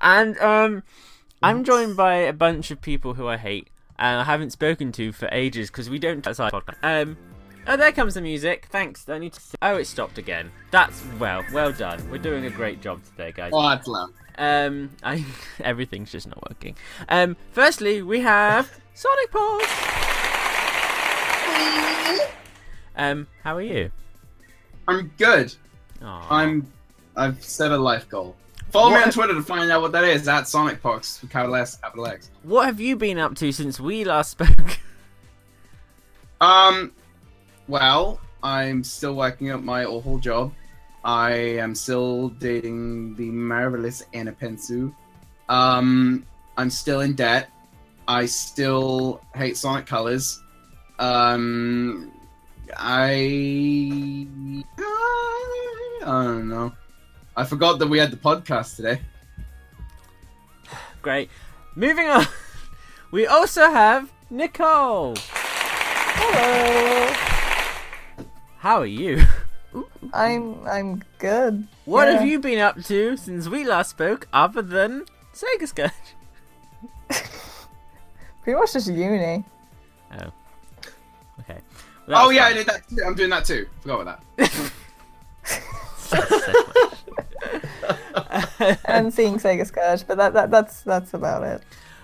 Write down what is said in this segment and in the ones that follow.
And um, I'm joined by a bunch of people who I hate and I haven't spoken to for ages because we don't outside podcast. Um, oh, there comes the music. Thanks. Don't need to. Oh, it stopped again. That's well, well done. We're doing a great job today, guys. Oh, that's loud. Um, I everything's just not working. Um, firstly, we have Sonic Paul. Um, how are you? I'm good. Aw. I'm. I've set a life goal. Follow me What? on Twitter to find out what that is. At Sonic Pox, with capital S, capital X. What have you been up to since we last spoke? Um, well, I'm still working up my awful job. I am still dating the marvelous Anna Pensu. Um, I'm still in debt. I still hate Sonic Colors. Um, I, I don't know. I forgot that we had the podcast today. Great. Moving on. We also have Nicole. Hello. How are you? I'm I'm good. What Yeah. have you been up to since we last spoke, other than Sega Scourge? Pretty much just uni. Oh. Okay. oh yeah, I did that. Too. I'm doing that too. Forgot about that. And seeing Sega Scourge, but that, that that's that's about it.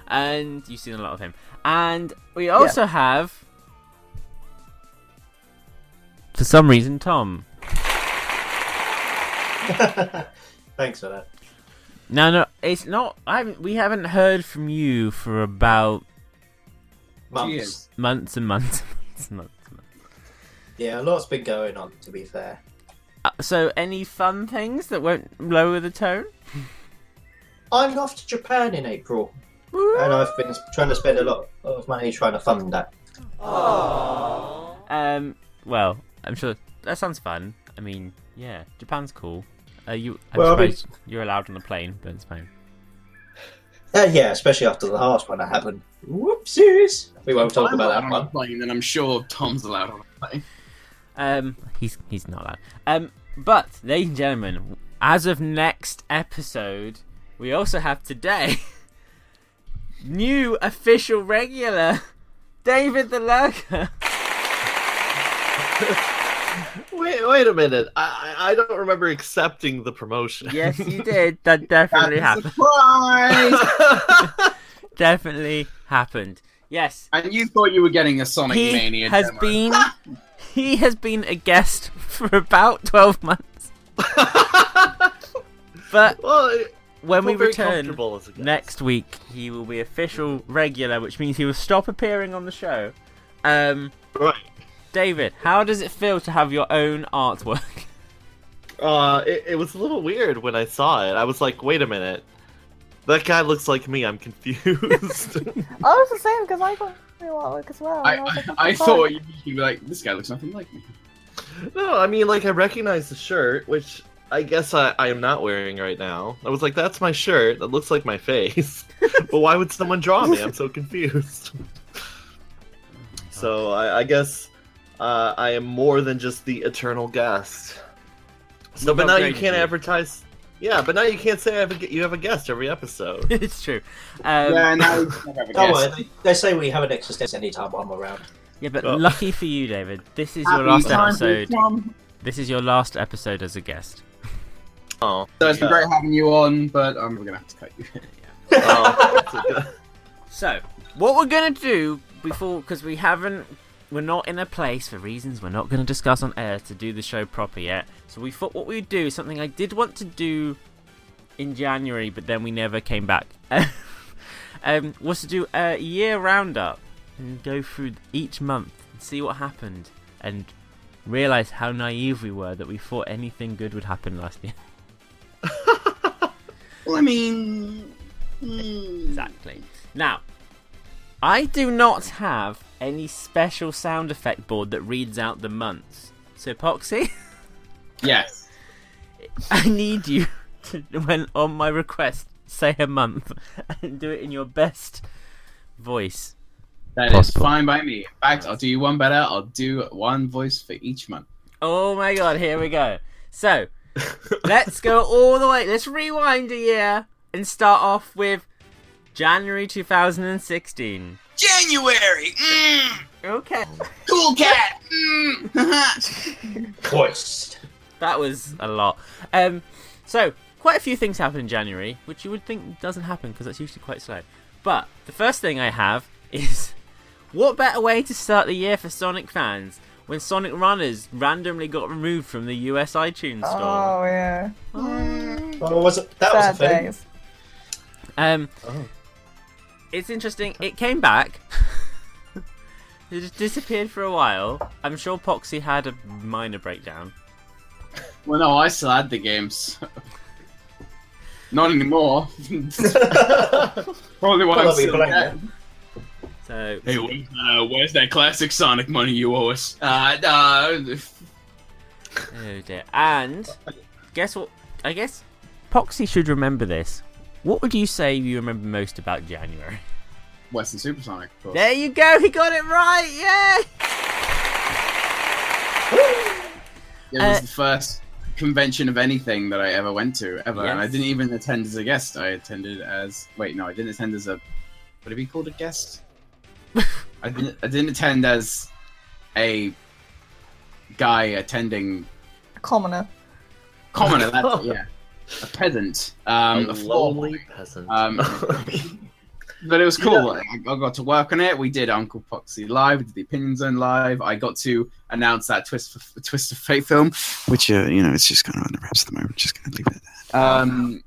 and you've seen a lot of him. And we also have, for some reason, Tom. Thanks for that. No, no, it's not. I haven't, we haven't heard from you for about Months. Cheers. months and months, and months and months. and months. Yeah, a lot's been going on. To be fair, Uh, so, any fun things that won't lower the tone? I'm off to Japan in April, and I've been trying to spend a lot of money trying to fund that. Um. Well, I'm sure that sounds fun. I mean, yeah, Japan's cool. Uh, you, I'm Well, I mean- surprised you're allowed on the plane, but it's fine. Uh, yeah, especially after the last one that happened. Whoopsies. We won't talk I'm about allowed that on one. a plane, and I'm sure Tom's allowed on a plane. Um, he's he's not allowed. Um, but ladies and gentlemen, as of next episode, we also have today new official regular David the Lurker. Wait, wait a minute. I, I I don't remember accepting the promotion. Yes, you did. That definitely That's a happened. surprise. Definitely happened. Yes, And you thought you were getting a Sonic he Mania has demo. been he has been a guest for about 12 months but well, I when feel we very return comfortable as a guest. next week he will be official regular which means he will stop appearing on the show um Right. david how does it feel to have your own artwork Uh, it, it was a little weird when I saw it. I was like, wait a minute. That guy looks like me. I'm confused. I was the same because I got my artwork as well. I, and was I, like, Oh, what I the fuck? thought you would be like, this guy looks nothing like me. no, I mean, like, I recognize the shirt, which I guess I, I am not wearing right now. I was like, that's my shirt. That looks like my face. but why would someone draw me? I'm so confused. so I, I guess uh, I am more than just the eternal guest. So, We've but now you upgraded can't you. advertise. Yeah, but now you can't say I have a, gu- you have a guest every episode. it's true um, yeah, yeah. now we never have a Don't guest. worry. They, they say we have an extra step anytime I'm around. but Well- lucky for you david this is your Happy last time to episode come. this is your last episode as a guest Oh, So it's been Yeah. great having you on, but I'm gonna have to cut you. Oh, that's a good- So, what we're gonna do before, because we haven't, we're not in a place for reasons we're not gonna discuss on air to do the show proper yet. So we thought what we'd do is something I did want to do in January, but then we never came back. um, was to do a year roundup and go through each month and see what happened and realize how naive we were that we thought anything good would happen last year. well, I mean, mm, Exactly. Now, I do not have any special sound effect board that reads out the months. So, Poxy, yes. I need you to, when on my request, say a month and do it in your best voice. that is Possible. fine by me. In fact, I'll do you one better. I'll do one voice for each month. Oh my god, here we go. So, let's go all the way. Let's rewind a year and start off with January 2016. January. Mm. Okay. Cool cat. Mm. Hoist. That was a lot. Um, so quite a few things happen in January, which you would think doesn't happen because that's usually quite slow. But the first thing I have is what better way to start the year for Sonic fans when Sonic Runners randomly got removed from the US iTunes store? Oh yeah. Well, Oh, was it, that Sad was a thing. days. Um, Oh. it's interesting. It came back. it just disappeared for a while. I'm sure Poxy had a minor breakdown. Well, no, I still had the games. Not anymore. Probably why I'm Probably still blamed dead. So Hey, where's, uh, where's that classic Sonic money you owe us? Uh, uh, Oh dear. And guess what? I guess Poxy should remember this. What would you say you remember most about January? Western Supersonic. of course. There you go. He got it right. Yay! It was Uh, the first convention of anything that I ever went to ever, and I Yes. didn't even attend as a guest. I attended as wait, no, I didn't attend as a. Would it be called a guest? I didn't. I didn't attend as a guy attending Commoner. commoner. That, yeah, a peasant, um, a, a floor lonely boy. peasant. Um, But it was cool. I, I got to work on it. We did Uncle Poxy live. We did the Opinion Zone live. I got to announce that Twist of, Twist of Fate film, which uh, you know it's just kind of under wraps at the moment. Just going to leave it. At that. Um,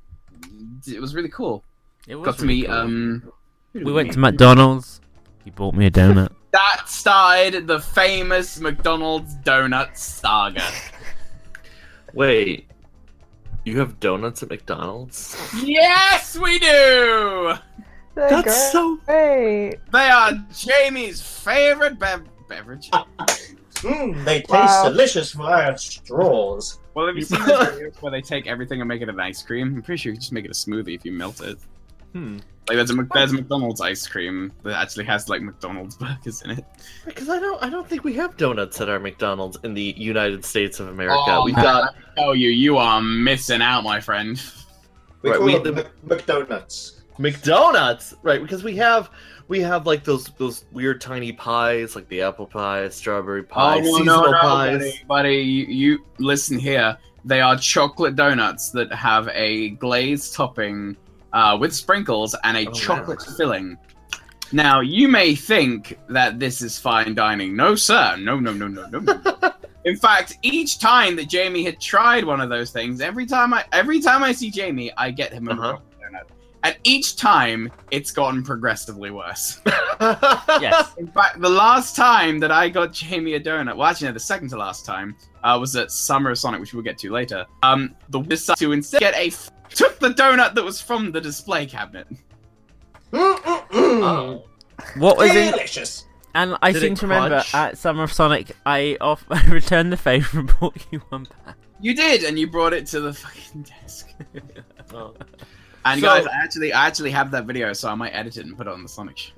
it was really cool. It was got to really meet. cool. Um, who did we went to meet? McDonald's. He bought me a donut. That started the famous McDonald's donut saga. Wait, you have donuts at McDonald's? yes, we do. They're That's great. so. Great. They are Jamie's favorite bev- beverage. Mm, they taste Wow. delicious via straws. Well, have you You- seen those videos where they take everything and make it an ice cream? I'm pretty sure you can just make it a smoothie if you melt it. Hmm. Like there's a Mc- there's a McDonald's ice cream that actually has like McDonald's burgers in it. Because I don't, I don't think we have donuts at our McDonald's in the United States of America. We've man, got I tell Oh, you, you are missing out, my friend. We Right, call we- them the- Mc- McDonuts. McDonuts, right? Because we have, we have like those those weird tiny pies, like the apple pie, strawberry pie, well, seasonal pies. buddy, buddy, you, you listen here. They are chocolate donuts that have a glazed topping uh, with sprinkles and a Oh, chocolate wow. filling. Now you may think that this is fine dining. No, sir. No, no, no, no, no. no. In fact, each time that Jamie had tried one of those things, every time I every time I see Jamie, I get him a Uh-huh. chocolate donut, and each time it's gotten progressively worse. yes. In fact, the last time that I got Jamie a donut, well, actually, no, the second to last time uh, was at Summer of Sonic, which we'll get to later. Um, the decided to instead get a f- took the donut that was from the display cabinet. Mm-mm-mm. What was in? Mm, delicious. And I Did seem it to remember crunch? at Summer of Sonic, I off I returned the favour and bought you one back. You did, and you brought it to the fucking desk. Oh. And So- guys, I actually, I actually have that video, so I might edit it and put it on the Sonic show.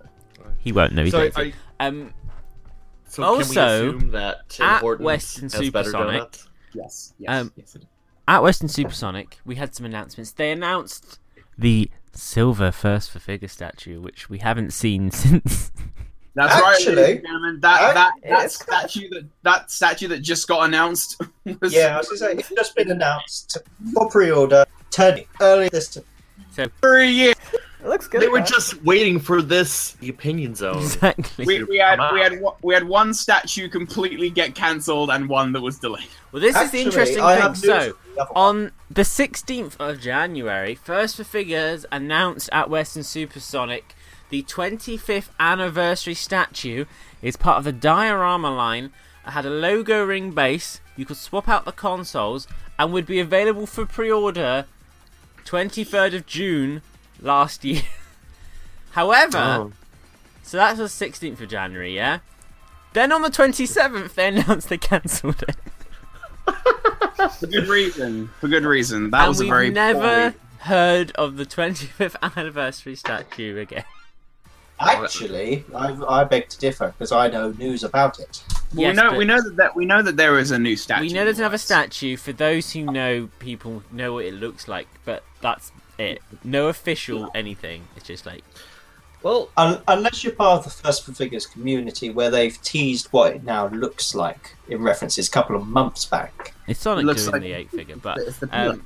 He won't know. He So, takes are it. Um, So Also, can we assume that Tim at Hortons Western has better Supersonic- donuts? Yes. Yes. Um, yes it is. at Western Supersonic, we had some announcements. They announced the silver first for figure statue, which we haven't seen since. That's right, ladies actually- and gentlemen. That that, that it's- statue that that statue that just got announced. Was Yeah, I was gonna say it's just been announced for pre-order. Ted earlier this for a year. It looks good. They were though. just waiting for this the opinion Oh. zone. exactly. we, we had Come we on. had one- we had one statue completely get cancelled and one that was delayed. Well, this Actually, is the interesting I thing. have news So, for the other one. on the 16th of January, First for Figures announced at Western Supersonic the 25th anniversary statue is part of the diorama line. It had a logo ring base. You could swap out the consoles and would be available for pre-order 23rd of June last year. However, Oh. so that was 16th of January, yeah? Then on the 27th, they announced they cancelled it. For good reason. For good reason. That and was a we've very never poorly- heard of the 25th anniversary statue again. Actually, I, I beg to differ because I know news about it. Well, Yes, we know but we know that, that we know that there is a new statue. we know there's another statue. For those who know, people know what it looks like, but that's it. No official anything. It's just like Well, Un- unless you're part of the First for Figures community where they've teased what it now looks like in references a couple of months back. it's Sonic Looks doing like- the eight figure, but It's the um,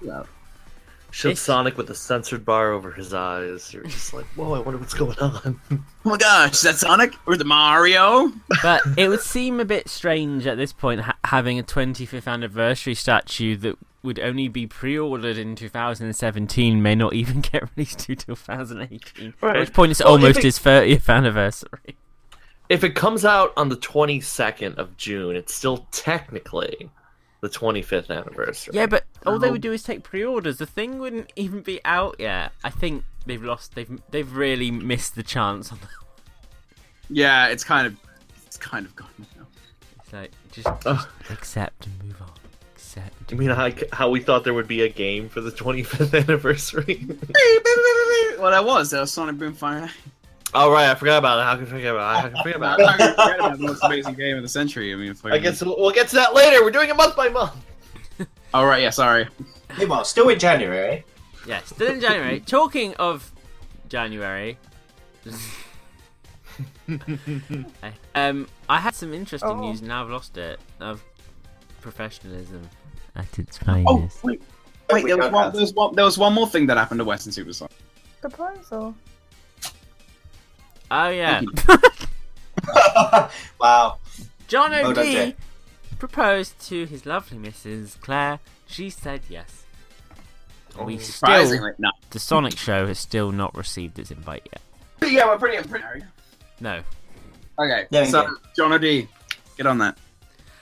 peanut. shove It's- Sonic with a censored bar over his eyes. You're just like, whoa, I wonder what's going on. oh my gosh, is that Sonic or the Mario? but it would seem a bit strange at this point ha- having a 25th anniversary statue that would only be pre-ordered in 2017 may not even get released to 2018 Right. at which point it's Well, if almost it- his 30th anniversary If it comes out on the 22nd of June, it's still technically the 25th anniversary. yeah but all they Oh. would do is take pre-orders the thing wouldn't even be out yet i think they've lost they've they've really missed the chance on that Yeah, it's kind of, it's kind of gone now. it's like just, Ugh. just accept and move on accept I mean, I, how we thought there would be a game for the 25th anniversary. Well, that was that was Sonic Boom Fire. All right, I forgot about it. How can I forget about it? How can I forget I'm about it? not gonna forget about the most amazing game of the century. I mean, if we're I gonna- guess we'll, we'll get to that later. We're doing it month by month. All Oh, right, yeah, sorry. Meanwhile, still in January, eh? yeah still in january talking of january Um, I had some interesting Oh. news, and now I've lost it. Of professionalism at its finest. Oh wait, wait, We there was, don't one, have- there was one, there was one more thing that happened to Western Super Sonic. Proposal. Oh, yeah, wow. John Well done, O'D Jay. proposed to his lovely Mrs. Claire. She said yes. Oh, We still, Surprisingly, no. the Sonic Show has still not received its invite yet. Yeah, we're pretty, pretty. No. Okay, Yeah, so yeah. John O'D, get on that.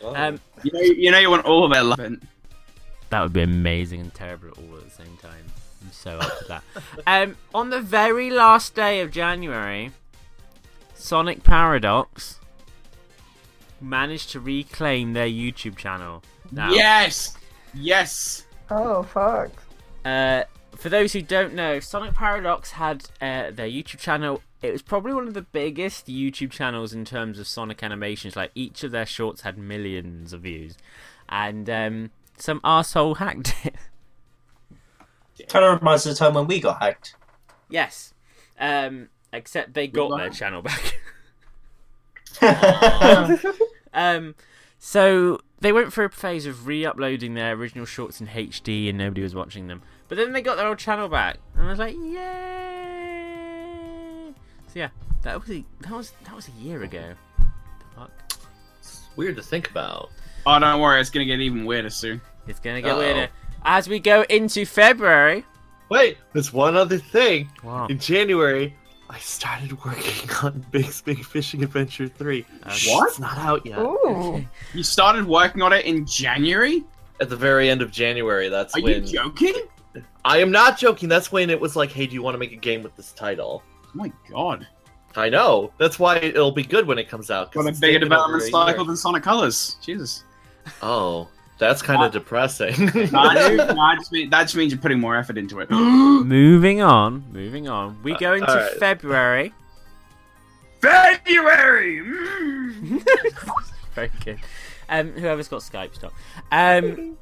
Oh. Um, You know, you know, you want all of their love. That would be amazing and terrible all at the same time. I'm so up for that. Um, on the very last day of January, Sonic Paradox managed to reclaim their YouTube channel. Now, Yes, yes. Oh fuck. uh, for those who don't know, Sonic Paradox had uh, their YouTube channel. It was probably one of the biggest YouTube channels in terms of Sonic animations. Like each of their shorts had millions of views, and um, some asshole hacked it. Kind of reminds us of the time when we got hacked. Yes. Um, except they got their Wow. channel back. Oh, yeah, um, so they went through a phase of re-uploading their original shorts in HD, and nobody was watching them. But then they got their old channel back, and I was like, yay! So yeah, that was a, that was that was a year ago. The fuck? It's weird to think about. Oh, don't worry, it's gonna get even weirder soon. It's gonna get Uh-oh. weirder as we go into February. Wait, there's one other thing. Wow. In January, I started working on Big Big Fishing Adventure 3. Um, Shh, What? It's not out yet. Ooh. You started working on it in January? At the very end of January, that's Are when. you joking? Oh I am not joking. That's when it was like, hey, do you want to make a game with this title? Oh my god. I know. That's why it'll be good when it comes out. 'cause Got a it's bigger taken over development a cycle year. than Sonic Colors. Jesus. Oh, that's kind Ah. of depressing. Nah, dude, nah, just mean- that just means you're putting more effort into it. Moving on, moving on. We Uh, go into alright. February. February! Mm. Very good. Um, whoever's got Skype, stop. Um,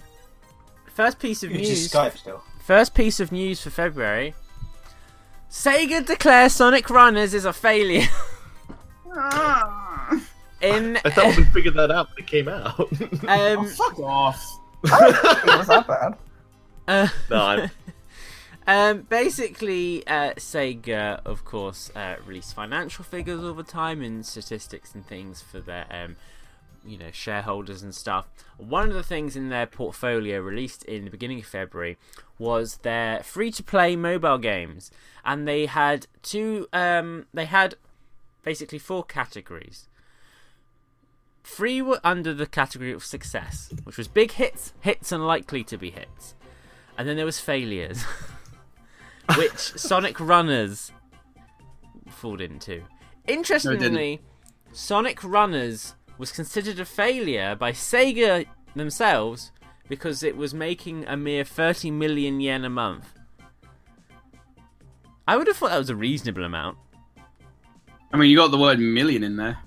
first piece of you news. just Skype still. First piece of news for February. Sega declares Sonic Runners is a failure. Ah. In I thought we figured that out when it came out. Oh, um, fuck off. It was that bad. uh, no, I'm- um, basically, uh, Sega, of course, uh, release financial figures all the time and statistics and things for their, um, you know, shareholders and stuff. One of the things in their portfolio released in the beginning of February was their free-to-play mobile games, and they had two. Um, they had basically four categories. Three were under the category of success, which was big hits, hits unlikely to be hits, and then there was failures, which Sonic Runners falled into. Interestingly, Sonic Runners was considered a failure by Sega themselves because it was making a mere 30 million yen a month. I would have thought that was a reasonable amount. I mean, you got the word million in there.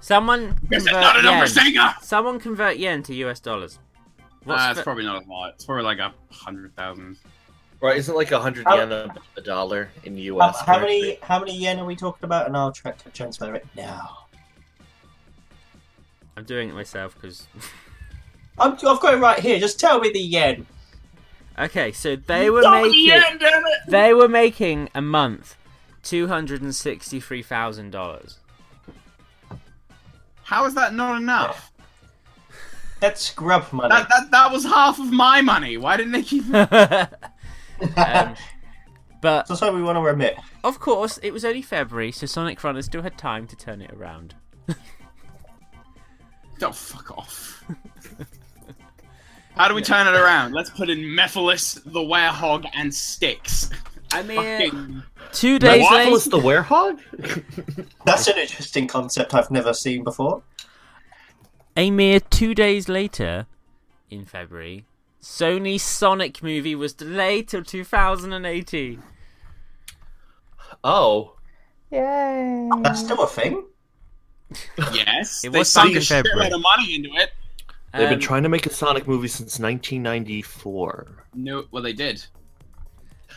Someone convert Is that not a number, yen. Sega? Someone convert yen to US dollars. What's Uh, it's fa- probably not a lot. It's probably like a hundred thousand. Right, isn't like a hundred How- yen a, a dollar in the How, US? how many currency? how many yen are we talking about? And I'll try to transfer it now. I'm doing it myself because. I'm, I've got it right here. Just tell me the yen. Okay, so they were Tell me making the yen, damn it! they were making a month two hundred and sixty three thousand dollars. How is that not enough? That's scrub money. That, that that was half of my money. Why didn't they keep? um, but That's why we want to remit. of course, it was only February, so Sonic Runners still had time to turn it around. Oh, fuck off. How do we turn it around? Let's put in Mephiles, the Werehog, and Styx. I mean, Fucking- two The days waffle later. is the werehog? That's an interesting concept I've never seen before. A mere two days later, in February, Sony's Sonic movie was delayed till 2018. oh. Yay. That's still a thing. Yes, It they was sunk a sunk in February. shitload of money into it. They've been Um, trying to make a Sonic movie since 1994. No, well they did. It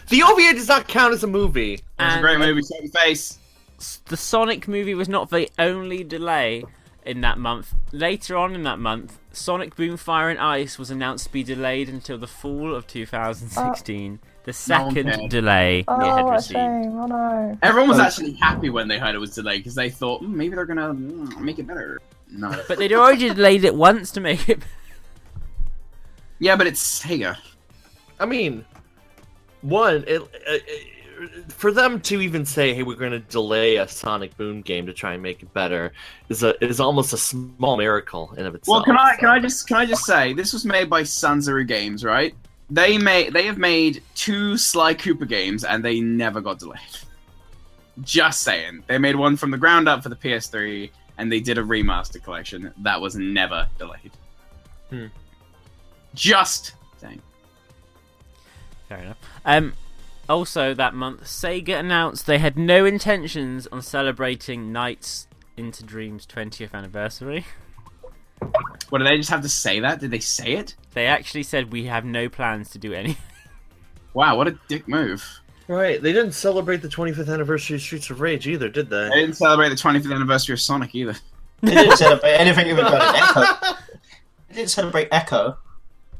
The OVA does not count as a movie. was a and great movie, Certain Face. s- The Sonic movie was not the only delay in that month. Later on in that month, Sonic Boom Fire and Ice was announced to be delayed until the fall of 2016. the second Oh. cared. delay it had Oh, what a received. shame. Oh, no. Everyone was Oh. actually happy when they heard it was delayed because they thought "Hmm, maybe they're gonna mm, make it better. No. But they'd already delayed it once to make it. yeah, but it's Sega. I mean, one, it, it, it- for them to even say, "Hey, we're going to delay a Sonic Boom game to try and make it better," is a is almost a small miracle in of itself. Well, can I can so. I just can I just say this was made by Sanzaru Games, right? They made they have made two Sly Cooper games and they never got delayed. Just saying, they made one from the ground up for the PS3 and they did a remaster collection that was never delayed. Hmm. Just saying. Fair enough. Um, also, that month, Sega announced they had no intentions on celebrating Nights into Dreams 20th anniversary. What did they just have to say that? Did they say it? They actually said we have no plans to do any. Wow, what a dick move. Right, they didn't celebrate the 25th anniversary of Streets of Rage either, did they? They didn't celebrate the 25th anniversary of Sonic either. They didn't celebrate anything even got an echo. They didn't celebrate Echo,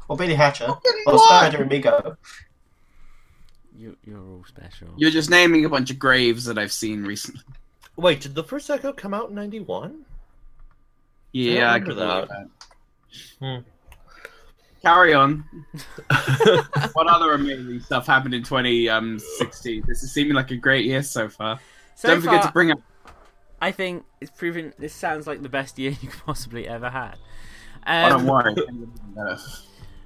or Billy Hatcher, or what? Spider Amigo. You, you're all special. You're just naming a bunch of graves that I've seen recently. Wait, did the first Echo come out in '91? Yeah, I remember can that. believe Carry on. what other amazing stuff happened in 2016? This is seeming like a great year so far. so Don't forget far, to bring up. I think it's proven this sounds like the best year you could possibly ever had. I don't Um, worry.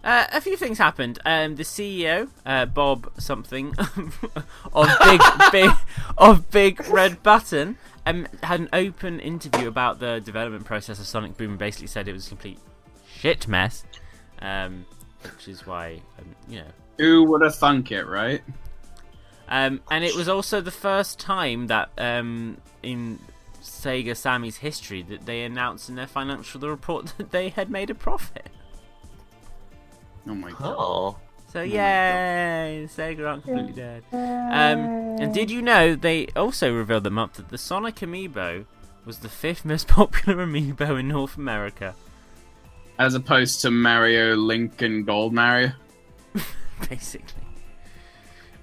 uh, a few things happened. Um, the CEO, uh, Bob something, of big, big of Big Red Button, um, had an open interview about the development process of Sonic Boom. and Basically, said it was a complete shit mess, um, which is why um, you know Who would have thunk it, right? Um, and it was also the first time that um, in Sega Sammy's history that they announced in their financial report that they had made a profit. Oh my god. oh, So my yay, Sega aren't completely dead. Um, and did you know they also revealed the month that the Sonic Amiibo was the fifth most popular amiibo in North America, As opposed to Mario, Link, and Gold Mario. basically.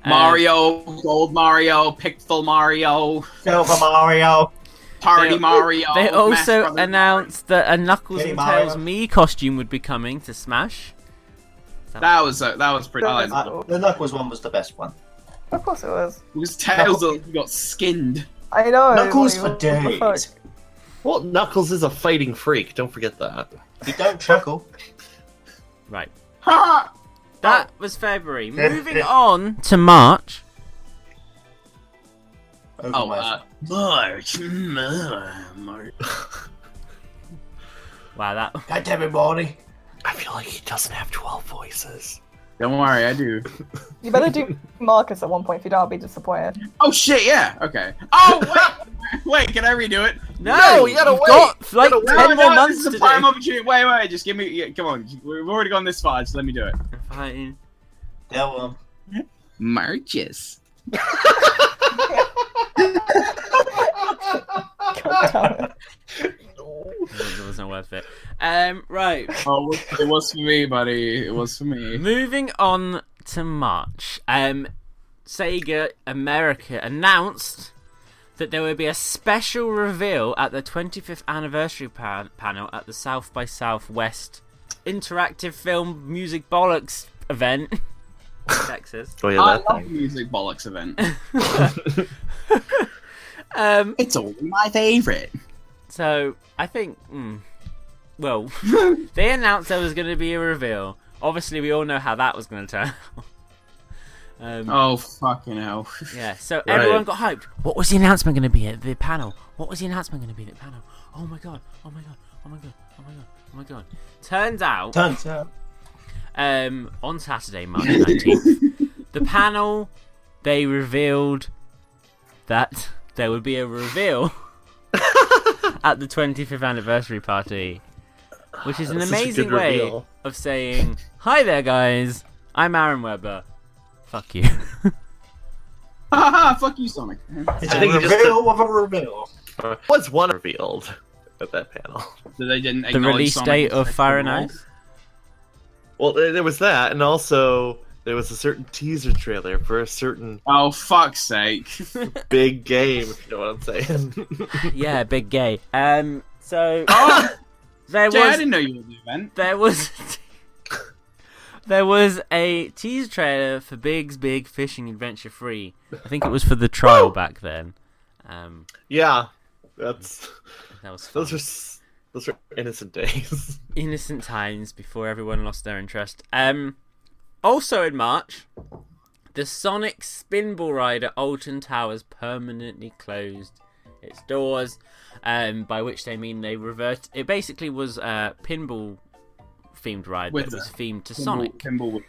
Uh, Um, Mario, Gold Mario, Pixel Mario, Silver Mario. Party They- Mario. They Smash also Brothers announced that a Knuckles Hey, and Mario. Tails me costume would be coming to Smash. That was uh, that was pretty. I like that. Oh. Uh, the Knuckles one was the best one. Of course it was. It was Tails that got skinned. I know. Knuckles like, for Oh, what the fuck? days. well, Knuckles is a fighting freak. Don't forget that. You don't chuckle. Right. Ha! That Oh. was February. Moving on to March. Over Oh, my- uh, March, Mm-hmm. March. Wow, that God damn it, Marty. I feel like he doesn't have 12 voices. Don't worry, I do. You better do Marcus at one point if you don't, I'll be disappointed. Oh shit, yeah. Okay. Oh wait, wait. Can I redo it? no, No, you gotta have wait. got like You ten gotta wait. more this months is to a prime do. opportunity. Wait, wait, just give me. Yeah, come on, we've already gone this far. Just let me do it. Fine. Now, um, Marches. God It was not worth it. Um, right. Oh, it was for me, buddy. It was for me. Moving on to March, um, Sega America announced that there would be a special reveal at the 25th anniversary pa- panel at the South by Southwest interactive film music bollocks event. Texas. Oh, yeah, I that love thing. the music bollocks event. Um, It's all my favorite. so I think, mm, well, they announced there was going to be a reveal. Obviously, we all know how that was going to turn. out. Um, Oh fucking hell! Yeah, so Right. everyone got hyped. What was the announcement going to be at the panel? What was the announcement going to be at the panel? Oh my god, oh my god, oh my god, oh my god, oh my god. Turns out, Turns out. um, on Saturday, March 19th, the panel, they revealed that there would be a reveal at the 25th anniversary party, which is an That's such a amazing good way reveal. of saying, Hi there, guys, I'm Aaron Webber. Fuck you. Haha, fuck you, Sonic. It's I a think he reveal just- of a reveal. What's one revealed at that panel? So they didn't the acknowledge release Sonic date as of the Fire and role. Ice. Well, there there was that, and also there was a certain teaser trailer for a certain Oh fuck's sake! big game. If you know what I'm saying? yeah, big gay. Um, so Oh, there Jay, I was didn't know you were the event. there was there was a teaser trailer for Big's Big Fishing Adventure Free. I think it was for the trial back then. Um, yeah, that's that was fun. those were s- those were innocent days. innocent times before everyone lost their interest. Um, also in March, the Sonic Spinball Ride at Alton Towers permanently closed its doors, um, by which they mean they revert. It basically was a pinball themed ride Whizzer. that was themed to Sonic. Pinball, Pinball,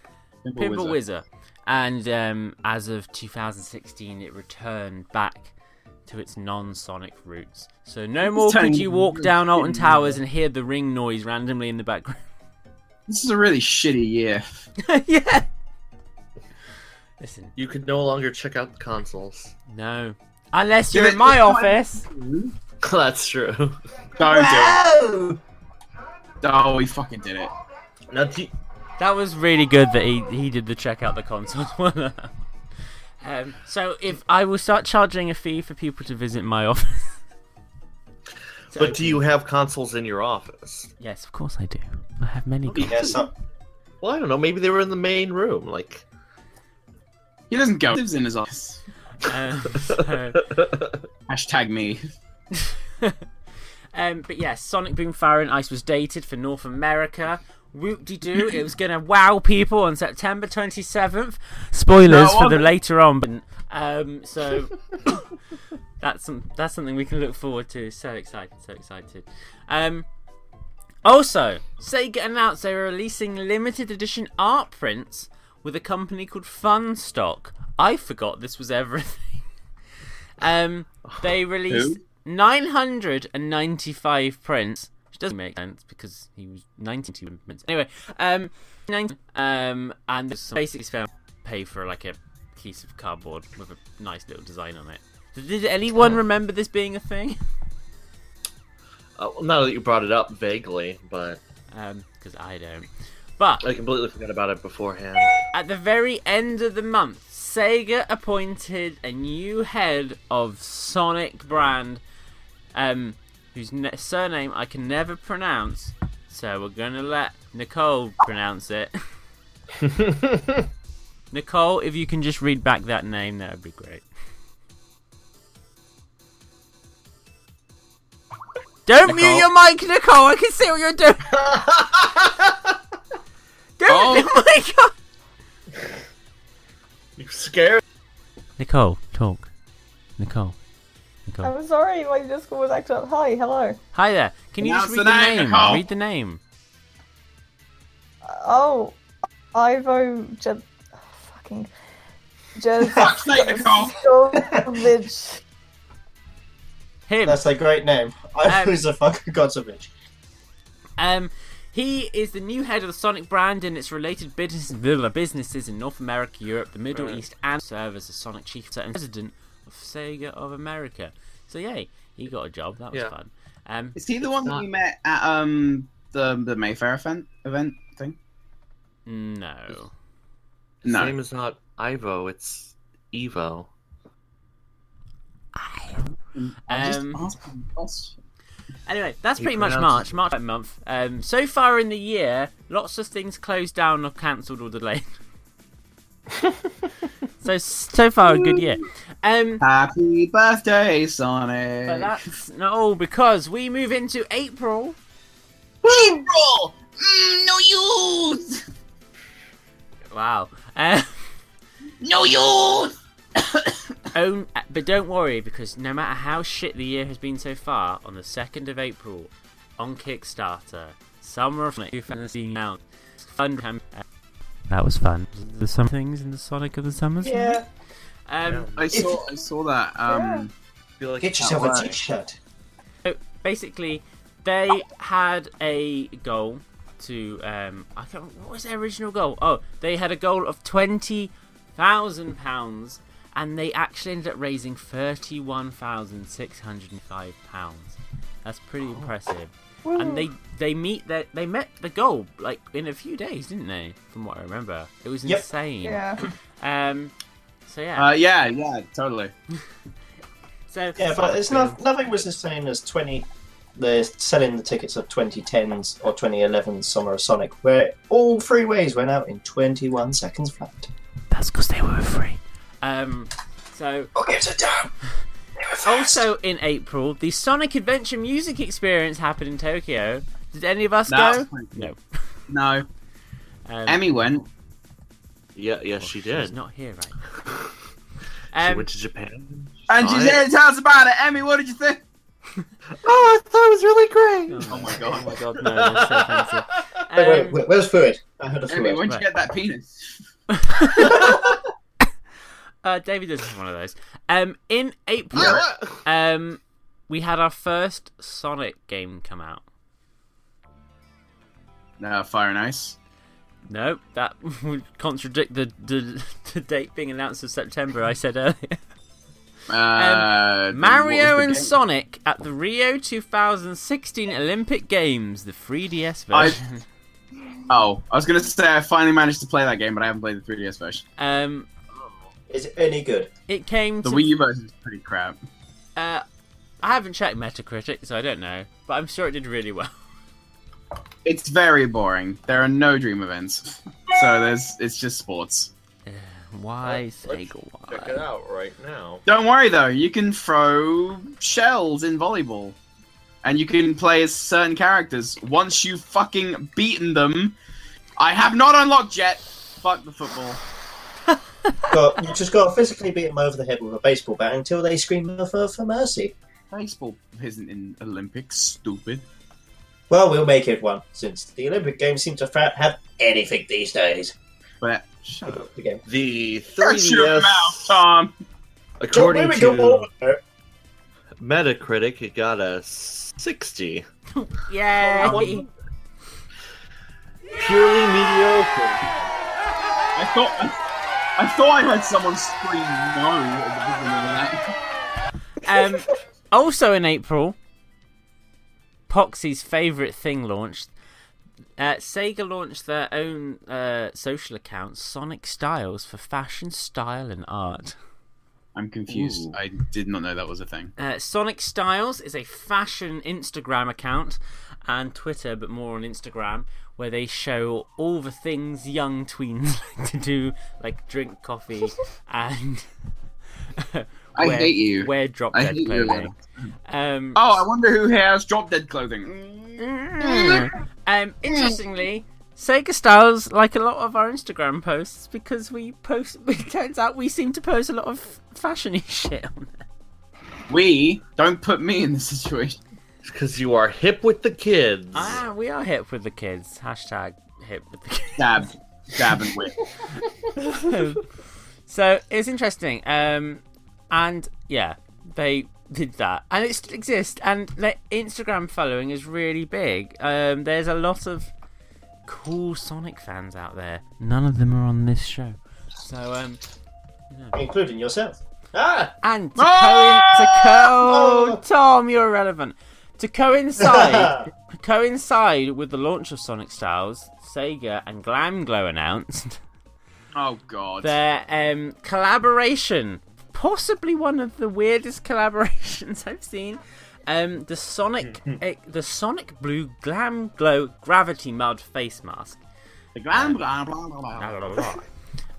Pinball, Pinball Whizzer. Wizard. And um, as of 2016, it returned back to its non Sonic roots. So no more could turning you walk into down Alton Pinball. Towers and hear the ring noise randomly in the background. This is a really shitty year. yeah! Listen, You could no longer check out the consoles. no. Unless you're Give in it- my it's fine. office. Don't that's true. do it. Oh, we fucking did it. Now, do you- That was really good that he, he did the check out the console one. um, so if I will start charging a fee for people to visit my office. but do you have consoles in your office? Yes, of course I do. I have many. Okay. Yeah, so Well, I don't know. Maybe they were in the main room. Like, He doesn't go. He lives in his office. Um, so- Hashtag me. um, but yeah, Sonic Boom Fire and Ice was dated for North America. Whoop de doo, it was gonna wow people on September 27th. No, Spoilers it for the wasn't. later on, but um, so that's some, that's something we can look forward to. So excited, so excited. Um, also, Sega announced they were releasing limited edition art prints with a company called Funstock. I forgot this was everything. Um, they released 995 prints, which doesn't make sense because he was 92 prints. Anyway, um, 90, um, and this basically spent pay for like a piece of cardboard with a nice little design on it. Did anyone remember this being a thing? uh, well, now that you brought it up vaguely, but Um, because I don't. But I completely forgot about it beforehand. At the very end of the month, Sega appointed a new head of Sonic brand, um, whose ne- surname I can never pronounce. So we're gonna let Nicole pronounce it. Nicole, if you can just read back that name, that would be great. Don't mute Nicole? your mic, Nicole. I can see what you're doing. Don't, Oh. oh my god. you scared? Nicole, talk. Nicole. Nicole. I'm sorry, my Discord was acting up. Hi, hello. Hi there. Can you just read Announce the the name, name? Nicole. Read the name. Oh, Ivo Je- fucking Fuck's sake, Nicole. Jezovich. Him. that's a great name. I Um, was a fucking Godzovich. Um, He is the new head of the Sonic brand and its related business, businesses in North America, Europe, the Middle Right. East, and serve as the Sonic chief and president of Sega of America. So yay, he got a job. That was Yeah. fun. Um, Is he the one that not- we met at um the the Mayfair event event thing? no, His No. name is not Ivo, it's Evo. I just Um, asked him a question. Anyway, that's He pretty much March, pronounces March that month. Um, so far in the year, lots of things closed down or cancelled or delayed. so so far a good year. Um, Happy birthday, Sonic! but that's not all because we move into April. April! Mm, no use! Wow. Uh, No use! own, but don't worry because no matter how shit the year has been so far, on the second of April, on Kickstarter, Summer of 2019 out. Fun. cam- uh, That was fun. There's some things in the Sonic of the Summers. Yeah. Um, Yeah. I saw I saw that. Um, feel like Get yourself Alright. a t-shirt. So basically, they had a goal to um, I can't what was their original goal? Oh, they had a goal of twenty thousand pounds, and they actually ended up raising thirty-one thousand six hundred and five pounds. That's pretty Oh. impressive. And they they meet their, they met the goal like in a few days, didn't they? From what I remember, it was Yep. insane. Yeah. Um. So yeah. uh, yeah, yeah, totally. so Yeah, but it's not, nothing was the same as 20. They're selling the tickets of 2010s or 2011 Summer of Sonic, where all three ways went out in 21 seconds flat. That's because they were free. Um. So Who gives a damn? They were fast. Also in April, the Sonic Adventure music experience happened in Tokyo. Did any of us That was go? pretty No. No, Um, Emmy went. Yeah, yes, she Oh, She's did. not here right She now. Um, went to Japan. And she saw it. said, "Tell us about it, Emmy. What did you think?" Oh, that was really great. Oh my god. Oh my god, no, that's so fancy. Wait, wait, Um, wait, where's Fluid? I heard a Emmy, Fluid. when'd you Right. get that penis? uh, David does have one of those. Um, in April, um, we had our first Sonic game come out. No, Fire and Ice. No, that would contradict the, the, the date being announced of September I said earlier. Uh, then what Um, Mario was the and game? Sonic at the Rio 2016 Olympic Games, the 3DS version. Oh, I was gonna say I finally managed to play that game, but I haven't played the 3DS version. Um, Is it any good? it came The to. Wii U version is pretty crap. Uh, I haven't checked Metacritic, so I don't know, but I'm sure it did really well. It's very boring. There are no dream events, so there's it's just sports. Why Let's Sega? Check it Why? out right now. Don't worry though, you can throw shells in volleyball, and you can play as certain characters. Once you've fucking beaten them, I have not unlocked yet. Fuck the football. Well, you just got to physically beat them over the head with a baseball bat until they scream for, for mercy. Baseball isn't in Olympics. Stupid. Well, we'll make it one, since the Olympic Games seem to fa- have anything these days. But shut up. The game. The Shut your 3DS, mouth, Tom. according Don't worry, don't to worry. Metacritic, it got a 60. Yay! Purely mediocre. I thought I, I thought I heard someone scream no at the beginning of that. um, also in April, Poxy's favourite thing launched. Uh, Sega launched their own uh, social account, Sonic Styles, for fashion, style, and art. I'm confused. Ooh. I did not know that was a thing. Uh, Sonic Styles is a fashion Instagram account and Twitter, but more on Instagram, where they show all the things young tweens like to do, like drink coffee and I wear, hate you. wear drop I dead hate you, clothing. Um, Oh, I wonder who has drop dead clothing. um, interestingly, Sega Styles like a lot of our Instagram posts because we post. It turns out we seem to post a lot of fashiony shit on there. We don't put me in this situation. Because you are hip with the kids. Ah, we are hip with the kids. Hashtag hip with the kids. Dab, dab, and whip. so it's interesting. Um, and yeah, they did that, and it still exists. And their Instagram following is really big. Um, there's a lot of cool Sonic fans out there. None of them are on this show. So, um, including yourself. Ah, and to, co- to co- oh, Tom, you're irrelevant. To coincide coincide with the launch of Sonic Styles, Sega and Glamglow announced Oh god. their um, collaboration, possibly one of the weirdest collaborations I've seen. Um, the Sonic, eh, the Sonic Blue Glam Glow Gravity Mud face mask. The glam blah blah blah blah.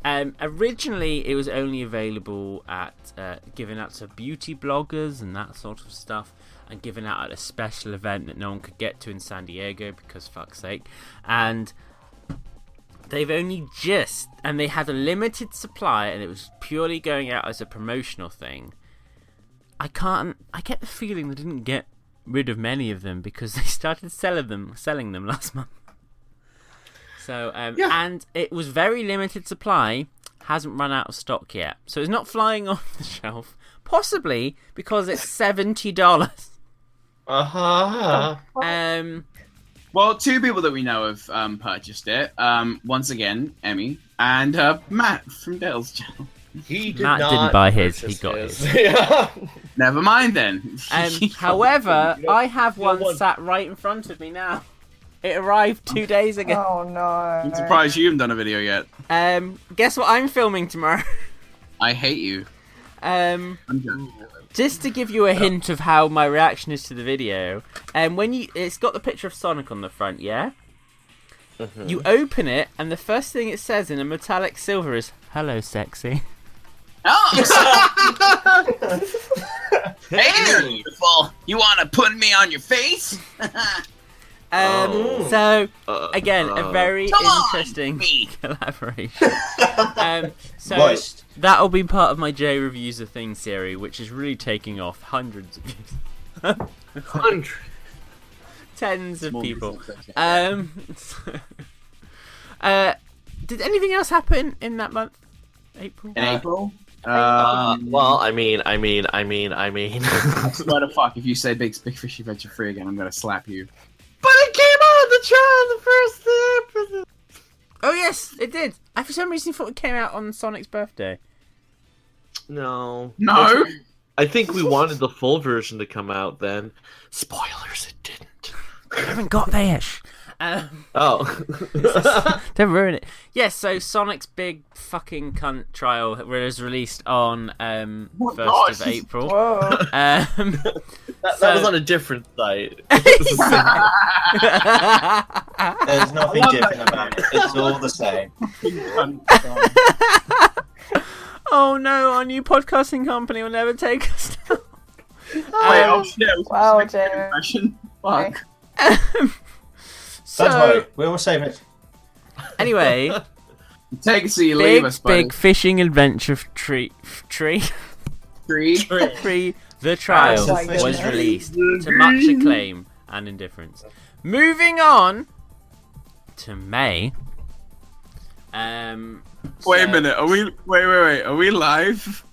Um, originally, it was only available at uh, given out to beauty bloggers and that sort of stuff, and given out at a special event that no one could get to in San Diego because fuck's sake. And they've only just, and they had a limited supply, and it was purely going out as a promotional thing. I can't. I get the feeling they didn't get rid of many of them because they started selling them, selling them last month. So um, Yeah. and it was very limited supply, hasn't run out of stock yet. So it's not flying off the shelf, possibly because it's seventy dollars. Uh-huh. Um, Well, two people that we know have um, purchased it. Um, once again, Emmy and uh, Matt from Dale's channel. He did Matt not didn't buy his, purchase he got his. yeah. Never mind then. um, however, You don't- I have you don't one want- sat right in front of me now. It arrived two days ago. Oh no. I'm surprised you haven't done a video yet. Um, guess what I'm filming tomorrow. I hate you. Um, I'm joking. just to give you a hint of how my reaction is to the video, um, when you it's got the picture of Sonic on the front, yeah. You open it, and the first thing it says in a metallic silver is "Hello, sexy." Oh! hey there, beautiful. You want to put me on your face? Um, Oh. So Uh, again, uh, a very Come on, interesting me. collaboration. um, so moist. that'll be part of my J reviews a thing series, which is really taking off. Hundreds of views, hundred. tens of people. Um, uh, did anything else happen in that month? April. In April? Uh, Um, well, I mean, I mean, I mean, I mean. I swear to fuck, if you say Big Big Fish Adventure Free again, I'm gonna slap you. But it came out the trial the first day. Oh yes, it did. I for some reason thought it came out on Sonic's birthday. No. No! I think we wanted the full version to come out then. Spoilers, it didn't. I haven't got there yet. Shh. Um, Oh. don't ruin it. Yes, so Sonic's big fucking cunt trial was released on um Oh my first of gosh. April. Whoa. Um, that, So- that was on a different site. There's nothing I love different about it. It's all the same. oh no, our new podcasting company will never take us. down. Wait, Um, oh shit, I was Wow, supposed to make an Jared. impression. Fuck. so Don't worry, we will save it. anyway, Take it so you leave big us, buddy. big fishing adventure tree tree Free. tree the trial Oh my was goodness. released to much acclaim and indifference. Moving on to May. Um. Wait a so- minute, are we wait wait wait, are we live?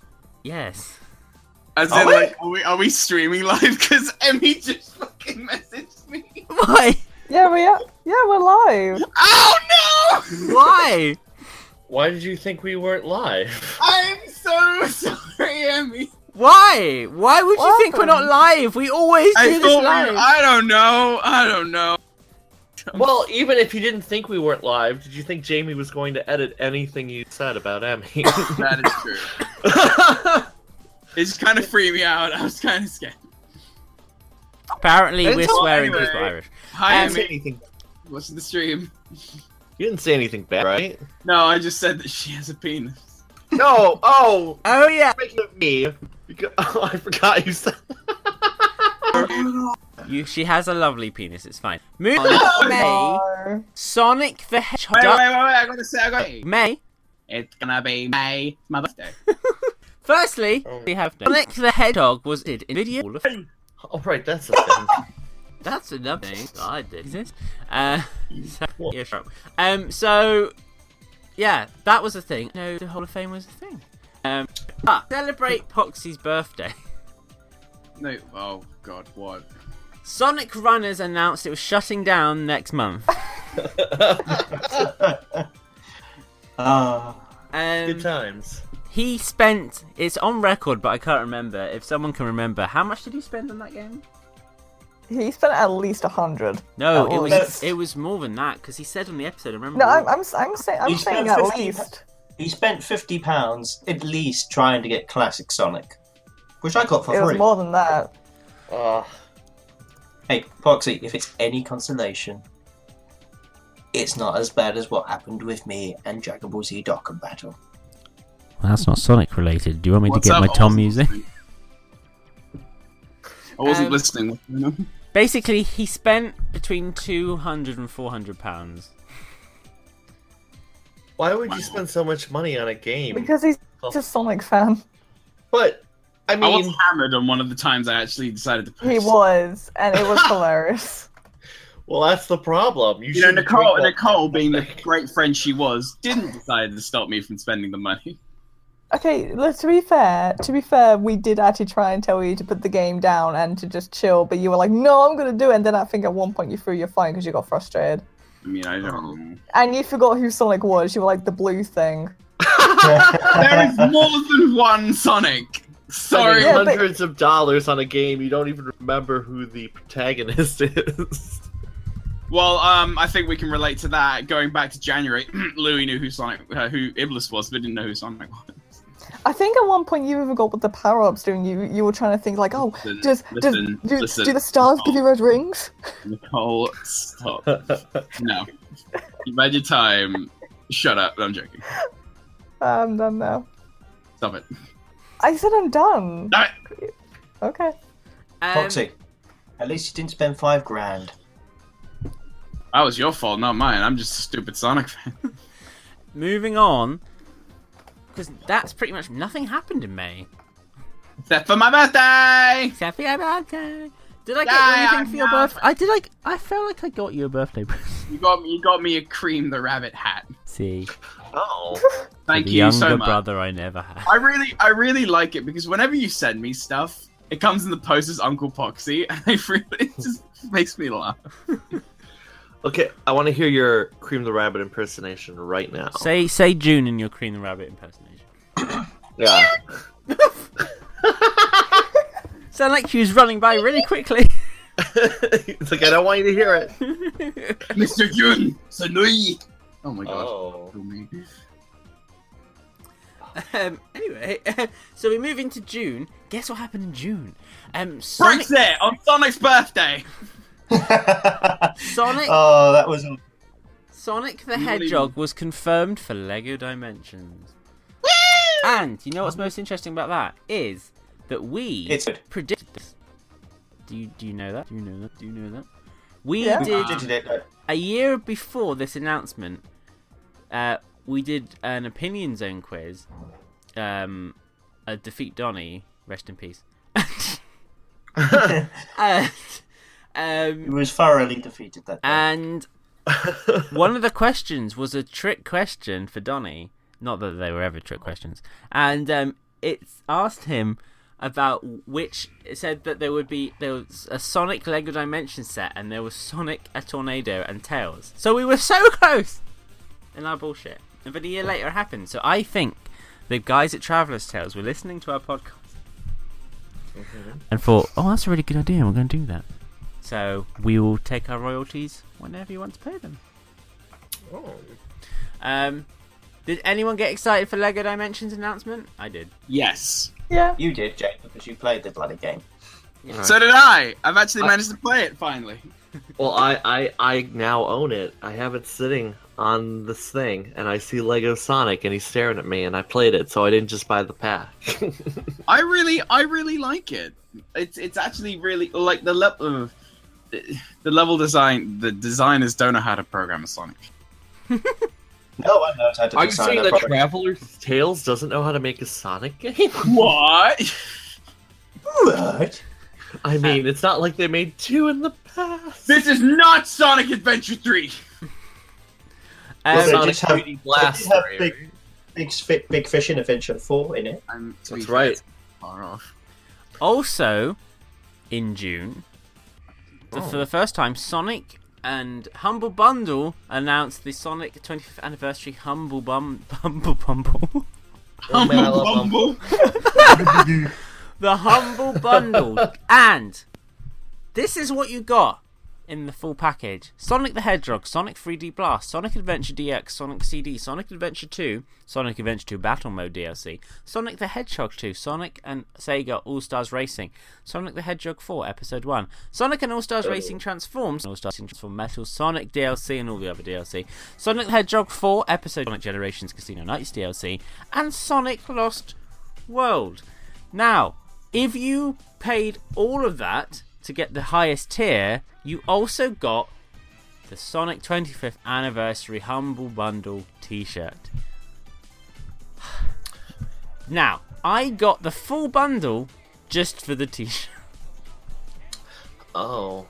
Yes. As Are in we? like are we are we streaming live? Cause Emmy just fucking messaged me. Why? yeah, we are. Yeah, we're live. Oh no! Why? Why did you think we weren't live? I'm so sorry, Emmy. Why? Why would you What think we're not live? We always do I this thought live. we, I don't know. I don't know. Well, even if you didn't think we weren't live, did you think Jamie was going to edit anything you said about Emmy? That is true. It just kind of freaked me out. I was kind of scared. Apparently, It's we're all swearing because anyway. we're Irish. Hi, You didn't say Emmy. anything- What's the stream? You didn't say anything bad, right? No, I just said that she has a penis. No. Oh, Oh yeah. making it me. Because, oh, I forgot you said. You, she has a lovely penis. It's fine. Move on to May. No. Sonic the Wait, wait, wait, Hedgehog. wait. I gotta say, I gotta. May. It's gonna be May. It's my birthday. Firstly, Oh. we have Sonic the Hedgehog was in video. Hall of Fame. Oh, right, that's a thing. That's another thing that I did. Exist. Uh, so, yeah, sure. Um, so yeah, that was a thing. No, the Hall of Fame was a thing. Um, but celebrate Poxy's birthday. No. Oh God, what? Sonic Runners announced it was shutting down next month. Ah, Um, Good times. he spent. It's on record, but I can't remember. If someone can remember, how much did he spend on that game? He spent at least a hundred. No, At it was least. it was more than that because he said on the episode. I remember. Oh, No, I'm I'm I'm, say, I'm He saying spent at 50 least. he spent fifty pounds at least trying to get classic Sonic, which I got for It was free. more than that. Uh, Hey, Poxy, if it's any consolation, it's not as bad as what happened with me and Dragon Ball Z Dokkan Battle. that's not Sonic related. Do you want me What's to get up? my I Tom wasn't music? listening. I wasn't Um, listening. you know? Basically, he spent between 200 and 400 pounds. why would you spend so much money on a game? Because he's just a Sonic fan. but I I was mean, hammered on one of the times I actually decided to. He was, and it was hilarious. well, that's the problem. You, You know, shouldn't Nicole, drink that- Nicole, being the great friend she was, didn't decide to stop me from spending the money. Okay, look, to be fair, to be fair, we did actually try and tell you to put the game down and to just chill, but you were like, "No, I'm gonna do it." And then I think at one point you threw your phone because you got frustrated, I mean, I don't. and you forgot who Sonic was. You were like the blue thing. there is more than one Sonic. Sorry. spending Yeah, but- hundreds of dollars on a game you don't even remember who the protagonist is. Well, um, I think we can relate to that. Going back to January, Louis knew who Sonic, uh, who Iblis was, but didn't know who Sonic was. I think at one point you even got what the power ups doing. You you were trying to think like, "Oh, Listen, does does listen, do, listen, do the stars give you red rings?" Nicole, stop. No, you bide your time. Shut up. I'm joking. I'm done now. Stop it. Um, I said I'm done. Damn it. Okay. Um, Foxy, at least you didn't spend five grand. That was your fault, not mine. I'm just a stupid Sonic fan. Moving on, because that's pretty much nothing happened in May. Except for my birthday. Except for your birthday. Did I get Yeah, you anything yeah, for your yeah. birthday? I did. Like I felt like I got you a birthday. present. You got me. You got me a cream the rabbit hat. See, oh, Thank the you younger so much. brother I never had. I really, I really like it because whenever you send me stuff, it comes in the post as Uncle Poxy, and I really, it just makes me laugh. okay. I want to hear your cream the rabbit impersonation right now. Say say June in your Cream the Rabbit impersonation. yeah. Sound like she was running by really quickly. it's like I don't want you to hear it. Mr. Jun, Sanui. Oh my god. Oh. Kill me. um, anyway, so we move into June. Guess what happened in June? Um, Sonic, Brexit on Sonic's birthday. Sonic, oh, that was. Sonic the Not Hedgehog was confirmed for Lego Dimensions. And you know what's most interesting about that is that we It's good. predicted this. Do you do you know that? Do you know that? Do you know that? We Yeah. did Did it? uh, a year before this announcement, uh, we did an opinion zone quiz. Um, uh, defeat Donny, rest in peace. and, He um, was thoroughly defeated that day. and one of the questions was a trick question for Donny. Not that they were ever trick questions. And um, it asked him about which. It said that there would be there was a Sonic Lego Dimension set, and there was Sonic, a tornado, and Tails. So we were so close in our bullshit. And but a year later, it happened. So I think the guys at Traveller's Tales were listening to our podcast and thought, "Oh, that's a really good idea. We're going to do that." So we will take our royalties whenever you want to pay them. Oh. Um, did anyone get excited for Lego Dimensions announcement? I did. Yes. Yeah. you did, Jake, because you played the bloody game. So did I. I've actually managed to play it finally. Well, I, I I now own it. I have it sitting on this thing, and I see Lego Sonic, and he's staring at me, and I played it, so I didn't just buy the pack. I really, I really like it. It's it's actually really like the level of the level design. The designers don't know how to program a Sonic. No one knows how to design a product. Traveler's Tales doesn't know how to make a Sonic game? What? What? I mean, it's not like they made two in the past. This is not Sonic Adventure Three. Well, they Um, Sonic just have- 3D Blast. they have three, big- right? Big, fi- big Fish in Adventure 4 in it. I'm That's right. Far off. Oh. also, in June, th- for the first time, Sonic and Humble Bundle announced the Sonic 25th Anniversary Humble Bum Bumble Bumble. Oh, man, I love Humble. Bumble. the Humble Bundle. and this is what you got in the full package Sonic the Hedgehog, Sonic 3D Blast, Sonic Adventure DX, Sonic CD, Sonic Adventure 2, Sonic Adventure 2 Battle Mode DLC, Sonic the Hedgehog 2, Sonic and Sega All Stars Racing, Sonic the Hedgehog 4 Episode 1, Sonic and All Stars Racing Transforms, All Stars Racing Transform Metal, Sonic DLC, and all the other DLC, Sonic the Hedgehog 4 Episode Sonic Generations Casino Nights DLC, and Sonic Lost World. Now, if you paid all of that to get the highest tier, you also got the Sonic 25th Anniversary Humble Bundle t shirt. Now, I got the full bundle just for the t shirt. Oh.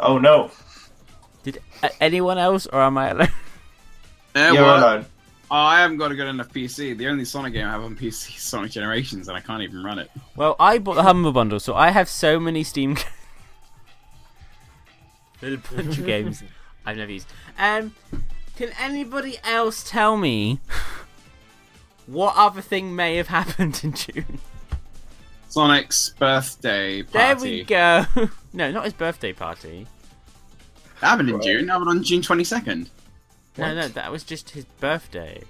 Oh no, Did a- anyone else, or am I alone? Eh, you're well, alone. oh, I haven't got a good enough PC. The only Sonic game I have on PC is Sonic Generations, and I can't even run it. Well, I bought the Humble Bundle, so I have so many Steam games. There's a bunch of games I've never used. Um, can anybody else tell me what other thing may have happened in June? Sonic's birthday There party. we go. No, not his birthday party. That happened in June. That happened on June 22nd. No, no, that was just his birthday.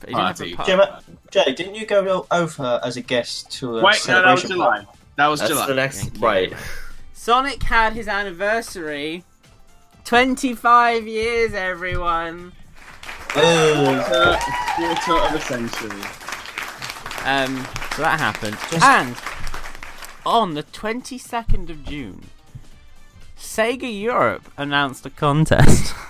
But he Party. par- Gemma, Jay, didn't you go over as a guest to a Wait, no, that was celebration July. party? That was That's July. the next. Thank you. Right. Sonic had his anniversary. 25 years, everyone. Oh, Quarter, quarter of a century. Um, so that happened. And on the 22nd of June, Sega Europe announced a contest.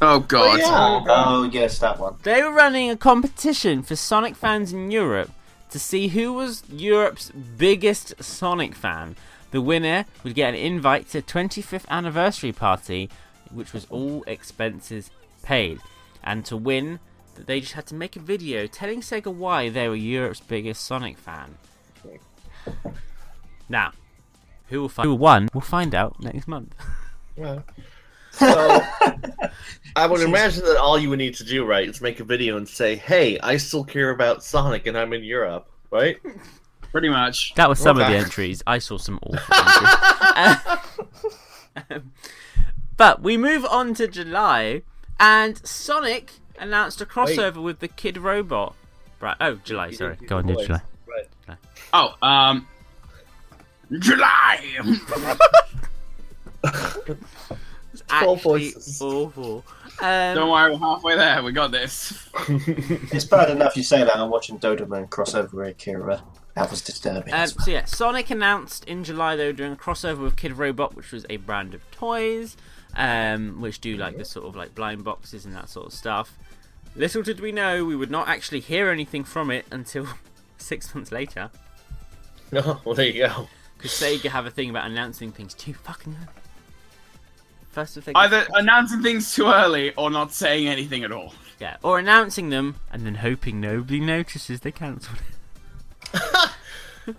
Oh god. oh yes, that one. they were running a competition for Sonic fans in Europe to see who was Europe's biggest Sonic fan. The winner would get an invite to a 25th anniversary party, which was all expenses paid. And to win, they just had to make a video telling Sega why they were Europe's biggest Sonic fan. Now, who will find who won? We'll find out next month. So, I would imagine that all you would need to do, right, is make a video and say, "Hey, I still care about Sonic, and I'm in Europe." Right? Pretty much. That was some of the Okay. entries. I saw some awful entries. Um, but we move on to July, and Sonic announced a crossover with the Kid Robot. Right. Oh, July. You Sorry. didn't do Go on, the do voice. July. Right. Oh, um. July! It's All actually voices. awful. Don't Um, worry, we're halfway there. We got this. It's bad enough you say that. I'm watching Dodoman cross over Akira. That was disturbing. um, so yeah, Sonic announced in July they were doing a crossover with Kid Robot, which was a brand of toys, um, which do like the sort of like blind boxes and that sort of stuff. Little did we know we would not actually hear anything from it until six months later. No, well, there you go. Because Sega have a thing about announcing things too fucking early. First of thing, Either announcing things too early or not saying anything at all. yeah, or announcing them and then hoping nobody notices they cancelled it.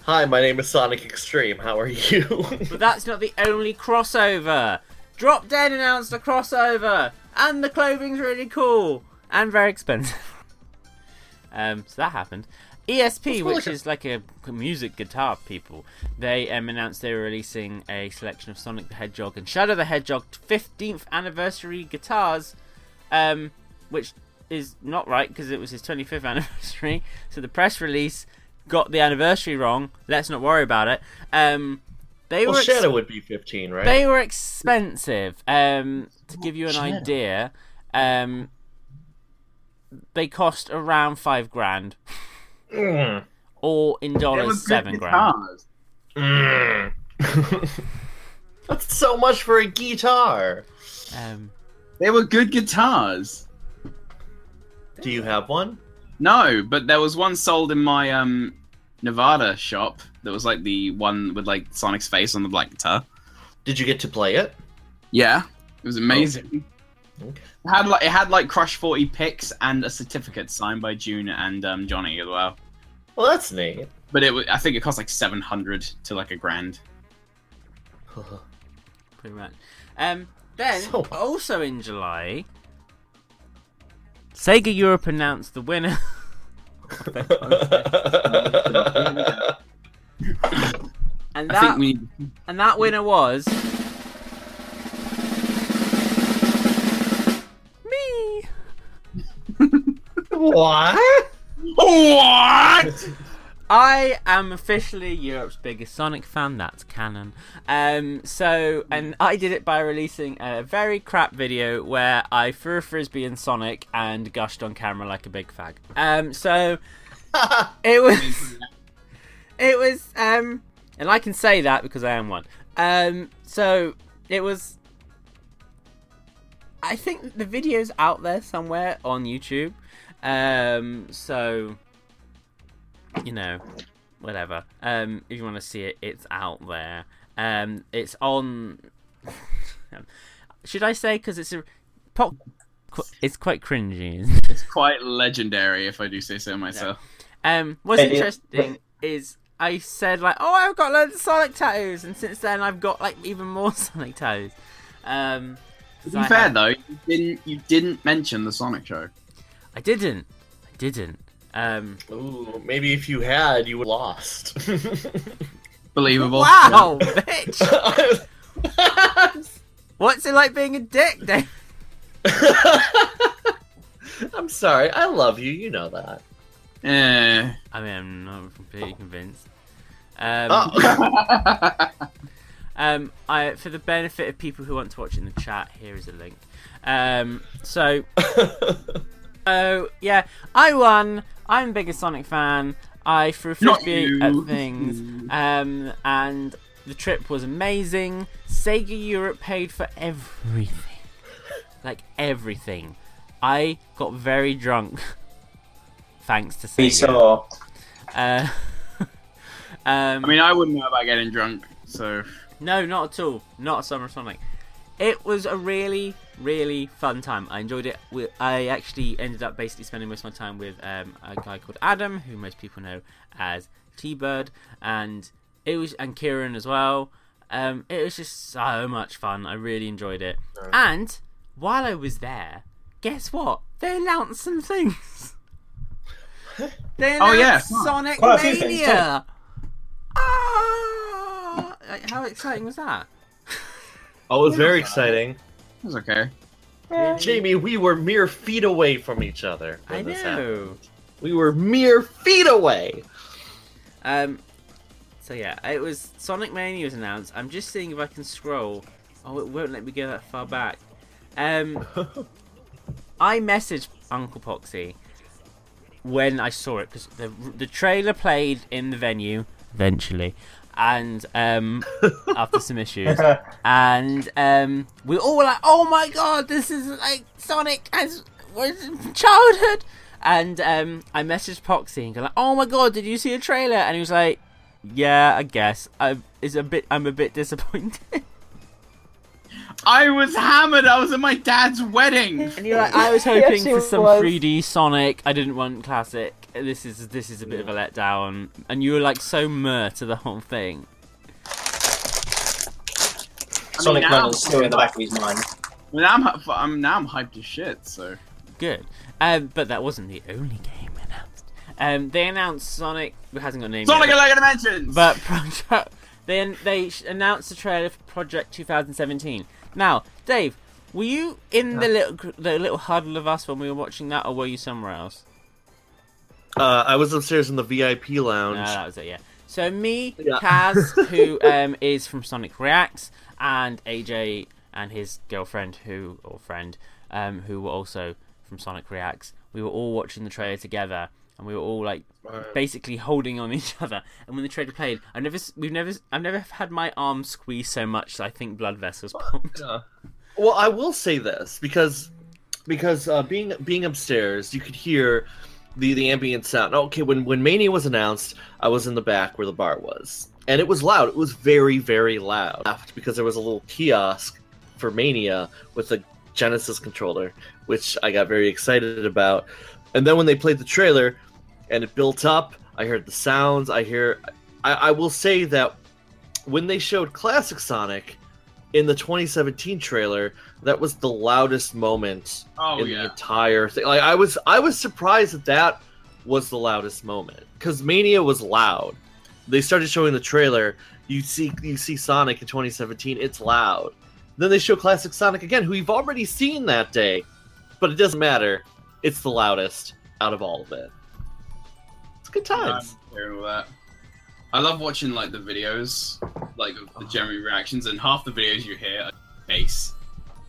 Hi, my name is Sonic Extreme. How are you? But that's not the only crossover. Drop Dead announced a crossover, and the clothing's really cool and very expensive. um, so that happened. ESP, more which like a- is like a music guitar people, they um, announced they were releasing a selection of Sonic the Hedgehog and Shadow the Hedgehog 15th anniversary guitars um, which is not right because it was his 25th anniversary. So the press release got the anniversary wrong. Let's not worry about it. Um, they well, were ex- Shadow would be 15, right? they were expensive. Um, to give you an Shadow. idea, um, they cost around five grand, Mm. or in They were dollars good seven grand. guitars. Mm. That's so much for a guitar. Ah. Um, They were good guitars. Do you have one? No, but there was one sold in my um Nevada shop that was like the one with like Sonic's face on the black guitar. Did you get to play it? Yeah, it was amazing. Okay. Oh. It had like it had like Crush Forty picks and a certificate signed by June and um, Johnny as well. Well, that's neat. But it wa- I think it cost like seven hundred to like a grand. pretty much. Um, then, So- also in July, Sega Europe announced the winner. and I think that we need and that winner was me. what? What? I am officially Europe's biggest Sonic fan. That's canon. Um, so, and I did it by releasing a very crap video where I threw a frisbee in Sonic and gushed on camera like a big fag. Um, so it was, it was, um, and I can say that because I am one. Um, so it was. I think the video's out there somewhere on YouTube. Um, so you know, whatever. Um, if you want to see it, it's out there. Um, it's on. Should I say because it's a pop? qu- It's quite cringy. It's quite legendary, if I do say so myself. Um, what's It is. interesting is I said like, oh, I've got loads of Sonic tattoos, and since then I've got like even more Sonic tattoos. Um, 'cause To I be fair had- though, you didn't you didn't mention the Sonic show. I didn't. I didn't. Um, Ooh, maybe if you had, you would lost. Believable. wow, bitch! I'm What's it like being a dick, Dave? sorry. I love you. You know that. Eh. I mean, I'm not completely convinced. Um, Oh. Um, I, for the benefit of people who want to watch in the chat, here is a link. Um, so, oh yeah, I won. I'm the biggest Sonic fan. I threw a Not frisbee you. at things, um, and the trip was amazing. Sega Europe paid for everything, like everything. I got very drunk, thanks to We Sega. saw. Uh, um, I mean, I wouldn't know about getting drunk, so No, not at all. Not a Summer Sonic. It was a really, really fun time. I enjoyed it. We- I actually ended up basically spending most of my time with um, a guy called Adam, who most people know as T Bird, and it was and Kieran as well. Um, it was just so much fun. I really enjoyed it. And while I was there, guess what? They announced some things. they announced Oh, yeah. Sonic Quite a few things, Mania. Ah! Like, How exciting was that? Oh, it was very exciting. it was okay. Yeah. Jamie, we were mere feet away from each other. when I this happened. know. We were mere feet away. Um, so yeah, it was Sonic Mania was announced. I'm just seeing if I can scroll. Oh, it won't let me go that far back. Um, Uh, I messaged Uncle Poxy when I saw it because the the trailer played in the venue eventually, and um, after some issues, and um, we all were like, "Oh my god, this is like Sonic as was childhood." And um, I messaged Poxy and go like, "Oh my god, did you see a trailer?" And he was like, "Yeah, I guess. I is a bit. I'm a bit disappointed." I was hammered. I was at my dad's wedding. And you're like, I was hoping Yes, it for some was. 3D Sonic. I didn't want classic. This is this is a bit of a letdown. And you were like so mer to the whole thing. Sonic now- Man is still in the back of his mind. Well, now I'm, hy- I'm now I'm hyped as shit. So Good. Um, but that wasn't the only game announced. Um, they announced Sonic. It hasn't got a name. yet, Sonic but- Lego Dimensions. But Project, then they sh- announced the trailer for Project 2017. Now, Dave, were you in the little gr- the little huddle of us when we were watching that, or were you somewhere else? Uh, I was upstairs in the VIP No, lounge. that was it. Yeah. So me, Yeah. Kaz, who um, is from Sonic Reacts, and AJ and his girlfriend, who or friend, um, who were also from Sonic Reacts. We were all watching the trailer together, and we were all like basically holding on each other. And when the trailer played, I never, s- we've never, s- I've never had my arm squeeze so much. that I think blood vessels pumped. Yeah. Well, I will say this because because uh, being being upstairs, you could hear the the ambient sound. Okay, when when Mania was announced, I was in the back where the bar was, and it was loud. It was very very loud Laughed because there was a little kiosk for Mania with a Genesis controller, which I got very excited about. And then when they played the trailer, and it built up, I heard the sounds. I hear. I, I will say that when they showed classic Sonic, in the 2017 trailer, that was the loudest moment Oh in the entire thing. Like I was, I was surprised that that was the loudest moment because Mania was loud. They started showing the trailer. You see, you see Sonic in 2017. It's loud. Then they show classic Sonic again, who you've already seen that day, but it doesn't matter. It's the loudest out of all of it. It's good I'm times. hearing all that. I love watching like the videos, like of the general reactions, and half the videos you hear are bass.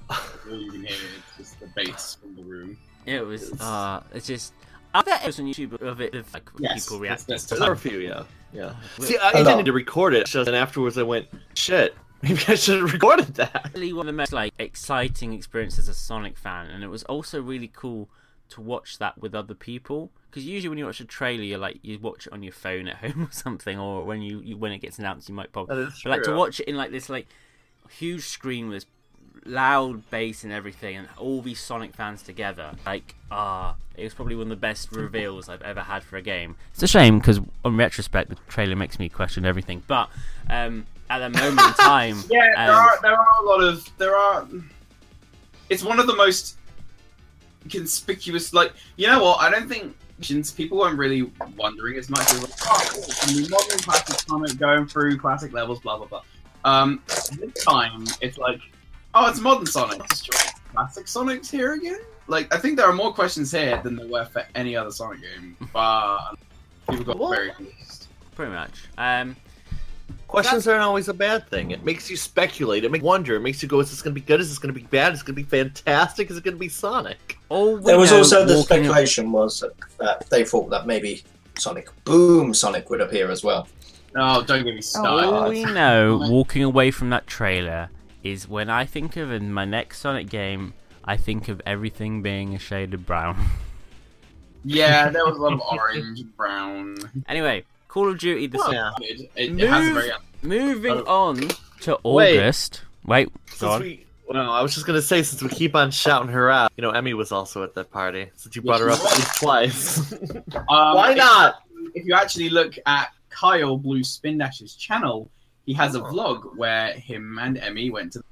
All you can hear is just the bass from the room. It was. It's- Uh, it's just. Are there videos on YouTube of it? Of, like Yes, people that's- reacting. that's to There are a few, yeah, yeah. See, I Hello. didn't need to record it, and afterwards I went, "Shit, maybe I should have recorded that." really one of the most like exciting experiences as a Sonic fan, and it was also really cool to watch that with other people. Because usually when you watch a trailer, you're like you watch it on your phone at home or something, or when you, you when it gets announced, you might pop. That is But like to true. watch it in like this like huge screen with loud bass and everything, and all these Sonic fans together, like ah, it was probably one of the best reveals I've ever had for a game. It's a shame because on retrospect, the trailer makes me question everything. But um, at that moment in time, Yeah, um, there are there are a lot of there are. It's one of the most conspicuous. Like you know what? I don't think since people weren't really wondering as much. As like, oh, cool, it's gonna be modern classic comic going through classic levels, blah blah blah. Um, this time it's like, oh, it's modern Sonic. It's just Classic Sonic's here again. Like I think there are more questions here than there were for any other Sonic game. But people got What? very confused. pretty much. Um, Questions aren't always a bad thing. It makes you speculate. It makes you wonder. It makes you go, is this going to be good? Is this going to be bad? Is it going to be fantastic? Is it going to be Sonic? All we There was know also the walking- speculation was that, that they thought that maybe Sonic Boom Sonic would appear as well. Oh, don't get me started. All we know walking away from that trailer is when I think of in my next Sonic game, I think of everything being a shade of brown. Yeah, there was a lot of orange, brown. anyway, Call of Duty the yeah. It, it, it has a very moving on to Wait. August. Wait, go Since on. we, well, I was just going to say, since we keep on shouting her out, you know, Emmy was also at that party. Since you brought her up at least twice. Um, Why if- not? If, you actually look at Kyle Blue Spin Dash's channel, he has a Oh. vlog where him and Emmy went to.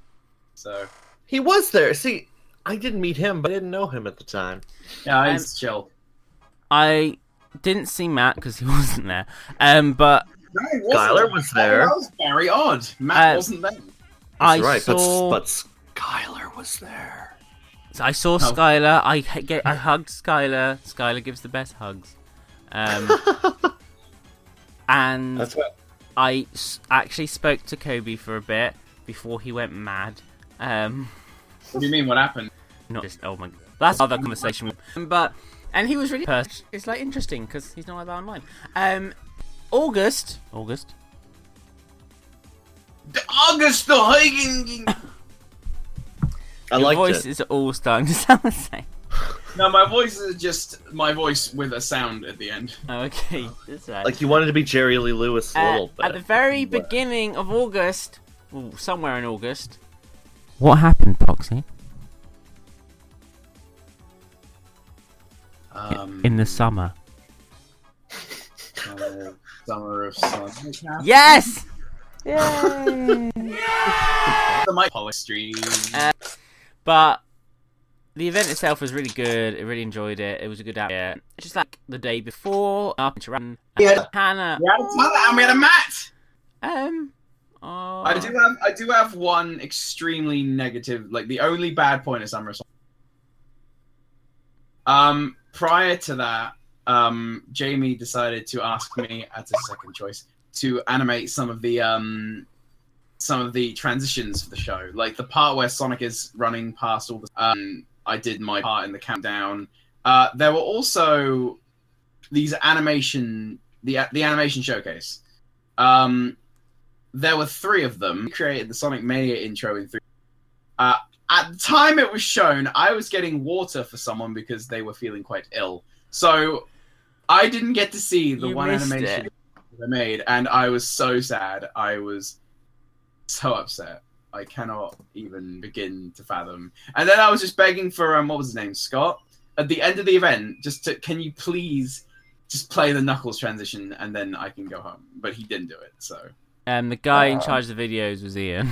So He was there. See, I didn't meet him, but I didn't know him at the time. yeah, Um, it's chill. I didn't see Matt because he wasn't there. Um, but Skylar was there. That was very odd. Matt Uh, wasn't there. I That's right, saw but, but Skylar was there. I saw Oh. Skylar. I h- get I hugged Skylar. Skylar gives the best hugs. Um, and That's what. I s- actually spoke to Kobe for a bit before he went mad. Um, What do you mean? What happened? not just oh my god, that's another conversation. But and he was really pers- it's like interesting because he's not like that online. Um, August, August. The August the Hagen. I Your liked voice it. is all starting to sound the same. no, my voice is just my voice with a sound at the end. Oh, okay, that's right. Like you wanted to be Jerry Lee Lewis a Uh, little bit. at the very beginning of August, ooh, somewhere in August. What happened, Poxy? Um, In the summer. summer, summer of sun. Yes. Yay! The mic poetry. But the event itself was really good. I really enjoyed it. It was a good hour. Just like the day before, up in Tehran, Yeah. Hannah. We had a Tala and we had a Matt. Um. Oh, I do have I do have one extremely negative like the only bad point of Summer of Sonic. Um prior to that, um Jamie decided to ask me as a second choice to animate some of the um some of the transitions for the show. Like the part where Sonic is running past all the um I did my part in the countdown. Uh there were also these animation the the animation showcase. Um there were three of them. We created the Sonic Mania intro in three. Uh, at the time it was shown, I was getting water for someone because they were feeling quite ill. So I didn't get to see the You one missed animation that I made, and I was so sad. I was so upset. I cannot even begin to fathom. And then I was just begging for um, what was his name, Scott, at the end of the event, just to can you please just play the Knuckles transition, and then I can go home. But he didn't do it, so. Um, the guy in Uh. charge of the videos was Ian.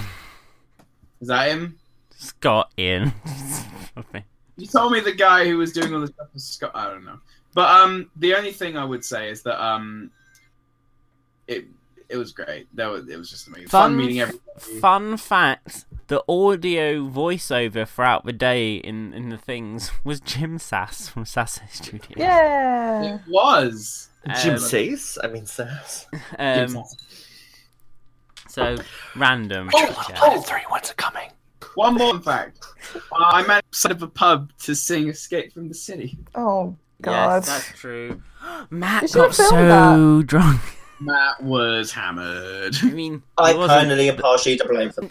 Is that him? Scott in. Okay. You told me the guy who was doing all the stuff was Scott. I don't know. But um, the only thing I would say is that um, it it was great. That was it was just amazing. Fun, Fun meeting f- everybody. Fun fact: the audio voiceover throughout the day in in the things was Jim Sass from Sass Studios. Yeah. It was. Jim Um, Says? I mean, Sass. Um, so random. Oh, Yeah. oh, three ones are coming. One more fact. Uh, I managed outside of a pub to sing "Escape from the City." Oh God. Yes, that's true. Matt You should got have filmed so drunk. Matt was hammered. I mean, I he wasn't- kindly and partially to blame for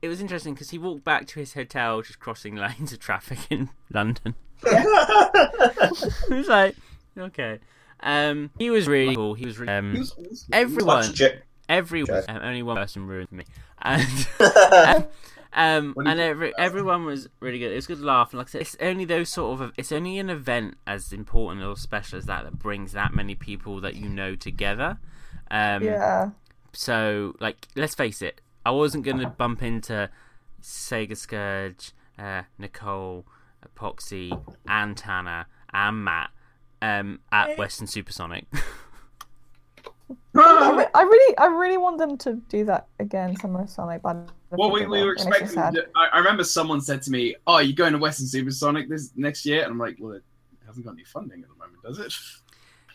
it was interesting because he walked back to his hotel just crossing lanes of traffic in London. it was like, okay. Um, he was really cool. He was really, He um, was awesome. everyone, Watch J- everyone, Jack. um, only one person ruined me, and um, What and do you think every, everyone was really good. It was a good laugh, and like I said, it's only those sort of, it's only an event as important or special as that that brings that many people that you know together. Um, yeah. so like let's face it i wasn't going to bump into sega scourge uh, nicole epoxy and tanner and matt um, at western supersonic Uh-huh. I, re- I really, I really want them to do that again, Summer of Sonic. But I don't Well, think we, they we will. were It makes me expecting. sad. to- I, I remember someone said to me, "Oh, you're going to Western Supersonic this next year," and I'm like, "Well, it hasn't got any funding at the moment, does it?"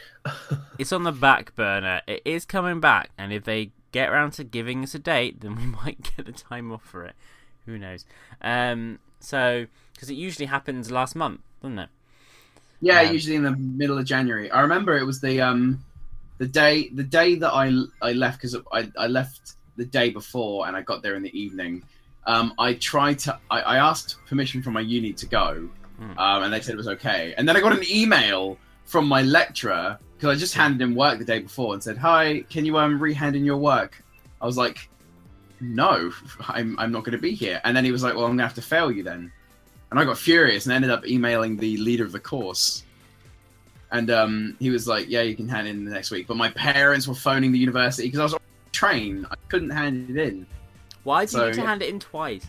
it's on the back burner it is coming back and if they get around to giving us a date then we might get the time off for it who knows um, so because it usually happens last month doesn't it Yeah, Um, usually in the middle of January. I remember it was the um, the day the day that I I left because I I left the day before and I got there in the evening. Um, I tried to I, I asked permission from my uni to go, Mm. um, and they said it was okay. And then I got an email from my lecturer because I just handed him work the day before and said, "Hi, can you um rehand in your work?" I was like, "No, I'm I'm not going to be here." And then he was like, "Well, I'm going to have to fail you then." And I got furious and ended up emailing the leader of the course. And um, he was like, "Yeah, you can hand in the next week." But my parents were phoning the university because I was on a train. I couldn't hand it in why do you So, need to yeah. hand it in twice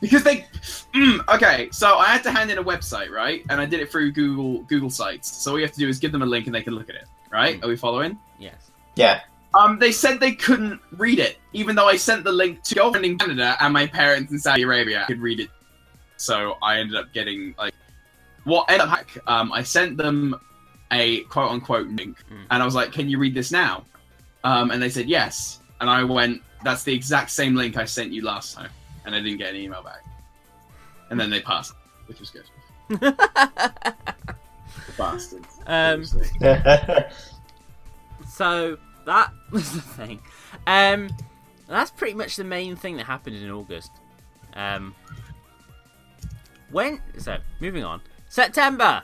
because they. Mm, okay, so I had to hand in a website, right? And I did it through Google Google Sites. So all you have to do is give them a link and they can look at it, right? Are we following? yes yeah. Um, they said they couldn't read it, even though I sent the link to girlfriend in Canada and my parents in Saudi Arabia could read it. So I ended up getting like what ended up hack- um, I sent them a quote unquote link, Mm. and I was like, "Can you read this now?" Um, and they said yes, and I went, "That's the exact same link I sent you last time," and I didn't get an email back. And then they passed, which was good. Bastards. Um, Seriously. So that was the thing. Um, that's pretty much the main thing that happened in August. Um, when so moving on September.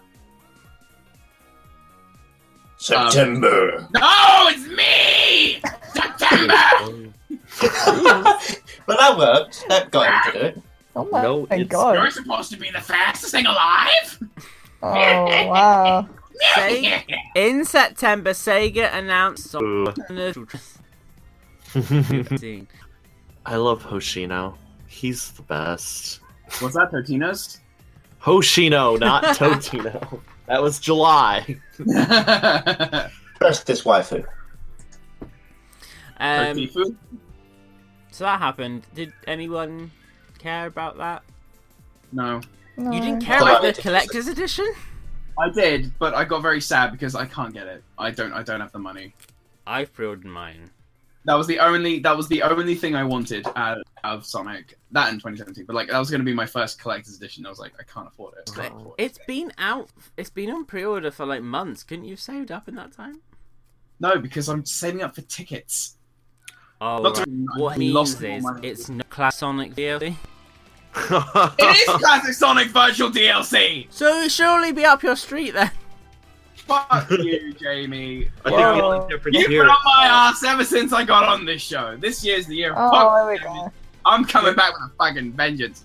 Um, September. no, it's me, September. But that worked. That got him to do it. Oh my No, my it's- God. You're supposed to be the fastest thing alive? Oh wow. Sega, in September, Sega announced Ooh. Totino's I love Hoshino. He's the best. What's that, Totinos? Hoshino, not Totino. That was July. That's this waifu. um, So that happened. Did anyone care about that? no. No. You didn't care No. about the collector's edition? I did, but I got very sad because I can't get it. I don't I don't have the money. I pre-ordered mine. That was the only that was the only thing I wanted out out of Sonic. That in 2017. But like that was gonna be my first collector's edition. I was like, I can't afford it. I But can't afford it. It's been out. It's been on pre-order for like months. Couldn't you have saved up in that time? No, because I'm saving up for tickets. Oh, Not to- What I it means lost all is my- it's no class Sonic DLC. It is classic Sonic virtual DLC! So it surely be up your street then. Fuck you, Jamie. I think we Whoa. all interpret You've here. been on my ass ever since I got on this show. This year's the year of Oh, fuck there we go. I'm coming back with a fucking vengeance.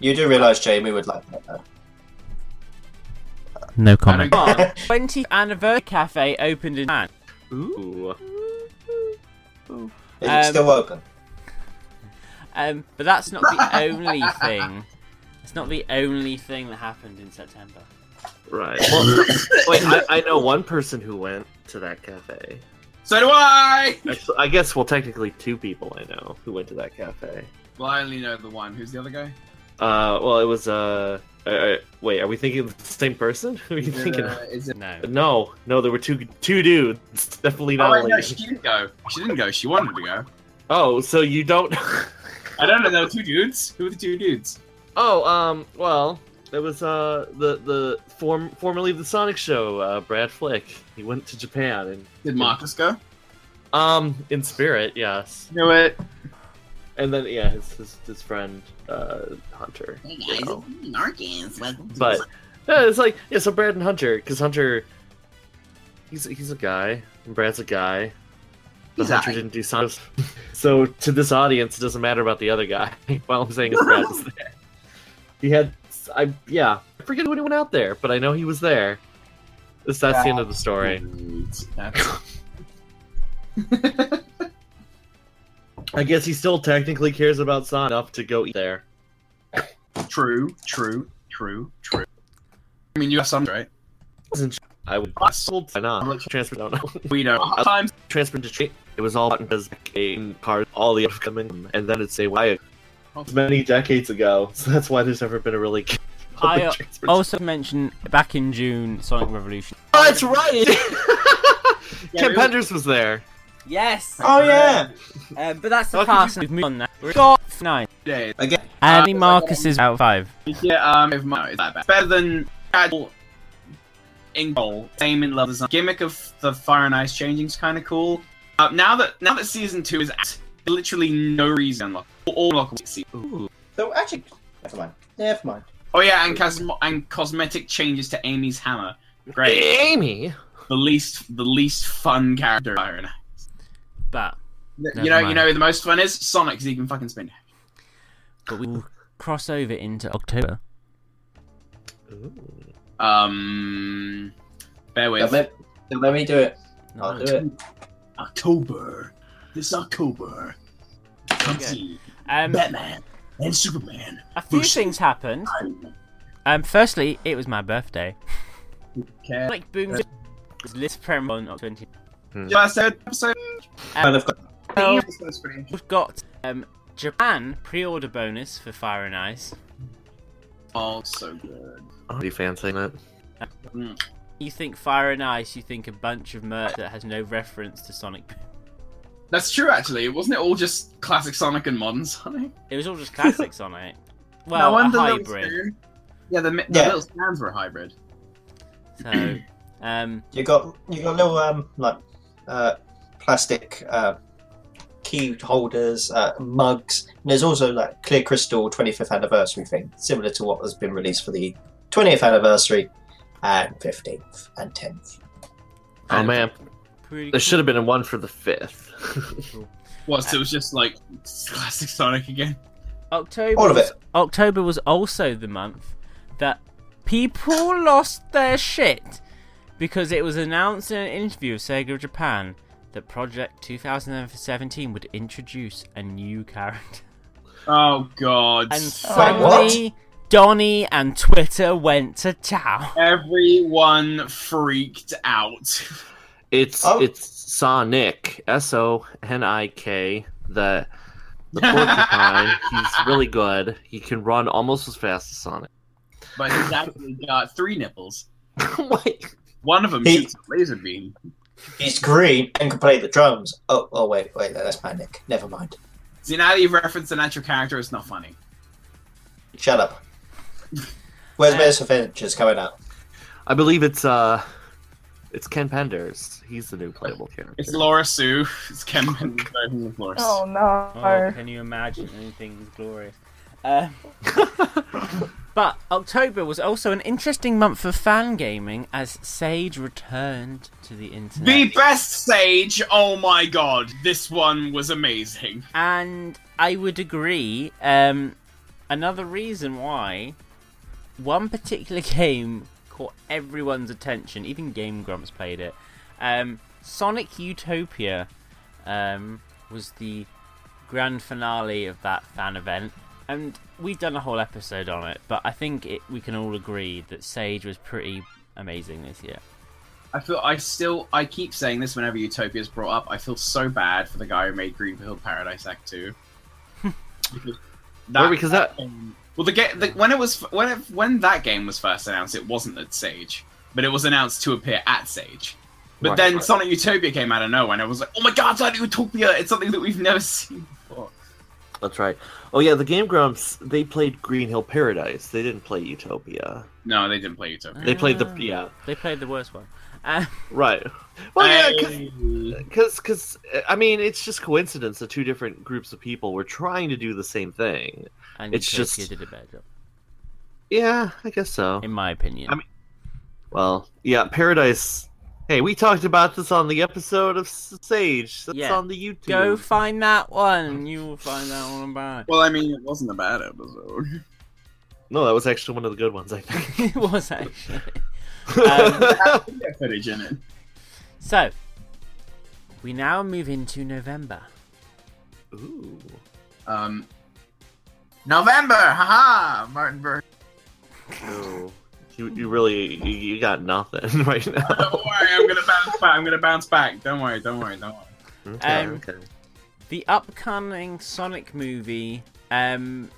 You do realise Jamie would like that though. No comment. I 20th anniversary cafe opened in Japan. Ooh. Is it Um, still open? Um, but that's not the only thing. It's not the only thing that happened in September. Right. Well, wait, I, I know one person who went to that cafe. So do I. Actually, I guess, well, technically, two people I know who went to that cafe. Well, I only know the one. Who's the other guy? Uh, well, it was. Uh, I, I, wait, are we thinking of the same person? Who are you Is it, thinking uh, of? is it? No. No, no, there were two two dudes. Definitely Oh, not a wait, no, lady. she didn't go. She didn't go. She wanted to go. Oh, so you don't. I don't know. There were two dudes. Who were the two dudes? oh, um, well, it was uh the the form formerly of the Sonic Show, uh, Brad Flick. He went to Japan and Did Marcus go? um in spirit, yes. Knew it. And then yeah, his his, his friend uh, Hunter. Hey you know. Marcus. But yeah, it's like yeah, so Brad and Hunter, because Hunter, he's he's a guy, and Brad's a guy. But He's Hunter aight. didn't do science, so to this audience, it doesn't matter about the other guy. While I'm saying is Brad is there, he had I yeah, I forget when he went out there, but I know he was there. This that's the end of the story. I guess he still technically cares about Sonic enough to go eat there. True, true, true, true. I mean, you have some right. I would why not transfer. I don't know. We know. Sometimes transferred to Detroit. It was all about because game cars, all the outcome, and then it's a why many decades ago. So that's why there's never been a really. good public I, uh, transport- Also mentioned back in June, Sonic Revolution. oh, that's right. Yeah, Kim we- Penders was there. Yes, Oh yeah. um, but that's the Okay. past. We've moved on now. We've got nine. days. Again. Uh, Andy Marcus is out of five. Yeah, um, if my, it's that bad. better than casual in goal, same in level design. Gimmick of the fire and ice changing's kind of cool. Uh, now that now that season two is out, literally no reason to unlock all unlockable season. So actually, never mind. Never mind. Oh yeah, and cosmo- and cosmetic changes to Amy's hammer. Great, Amy. the least the least fun character. Fire and Ice. But You know, you mind. know, who the most fun is Sonic because he can fucking spin. but we will cross over into October. Ooh. Um, bear Don't with. let, don't let me do it. I'll No. do it. October. This October. Come Okay. see Um, Batman and Superman. a few Bruce. things happened. Um, firstly, it was my birthday. Okay. Like Boom was list premiere on October 20. Just said episode. Kind of got Um, This one's pretty interesting. We've got um, Japan pre-order bonus for Fire and Ice. Oh, so good. I'm already fancying it. You think Fire and Ice, you think a bunch of merch that has no reference to Sonic. Boom. That's true, actually. Wasn't it all just classic Sonic and modern Sonic? It was all just classic Sonic. Well, a wonder that was hybrid. good. Yeah, the, mi- the Yeah. little stands were a hybrid. So, um, You got you got little um like uh, plastic uh, key holders, uh, mugs. And there's also like clear crystal 25th anniversary thing, similar to what has been released for the 20th anniversary and 15th and 10th. Oh man, pretty. there Cool. should have been a one for the fifth. Was it was just like classic Sonic again? October. All of it. October was also the month that people lost their shit because it was announced in an interview with Sega of Japan that Project 2017 would introduce a new character. Oh god. And So- suddenly, Donnie and Twitter went to town. Everyone freaked out. It's Oh. it's Sonic. S O N I K. The the porcupine. He's really good. He can run almost as fast as Sonic. But he's actually got three nipples. Wait. One of them He- shoots a laser beam. He's green and can play the drums. Oh, oh wait, wait, no, that's Manic. Never mind. See, now that you've referenced the natural character, it's not funny. Shut up. Where's Where's Avengers coming out? I believe it's uh, it's Ken Penders. He's the new playable character. It's Laura Sue. It's Ken Benson of course. Oh no. Oh, can you imagine? Anything's glorious. Um, but October was also an interesting month for fan gaming as Sage returned to the internet. The best sage. Oh my god, this one was amazing. And I would agree. Um, another reason why one particular game caught everyone's attention, even Game Grumps played it. Um, Sonic Utopia um, was the grand finale of that fan event. And we've done a whole episode on it, but I think it, we can all agree that Sage was pretty amazing this year. I feel I still I keep saying this whenever Utopia is brought up. I feel so bad for the guy who made Greenfield Paradise Act Two. because that, Well, because that- game- well the game the, when it was when it, when that game was first announced, it wasn't at Sage, but it was announced to appear at Sage. But Right, then right. Sonic Utopia came out of nowhere, and it was like, oh my god, Sonic Utopia! It's something that we've never seen before. That's right. Oh yeah, the Game Grumps they played Green Hill Paradise. They didn't play Utopia. No, they didn't play Utopia. They played the Ah. yeah They played the worst one. Uh, right. Well yeah, 'cause- Hey. because because I mean it's just coincidence that two different groups of people were trying to do the same thing. and It's Utopia just- did a better job, Yeah, I guess so. in my opinion. I mean- Well, yeah, Paradise. Hey, we talked about this on the episode of S- Sage. That's Yeah. on the YouTube. Go find that one. You will find that one about. Well, I mean, it wasn't a bad episode. no, that was actually one of the good ones, I it think. was actually. Um, It had footage in it. So, we now move into November. Ooh. Um, November, haha, Martin Bird. No. You, you really you, you got nothing right Don't now. worry, I'm gonna bounce back. I'm gonna bounce back. Don't worry, don't worry, don't worry. Okay, Um, okay. The upcoming Sonic movie, um,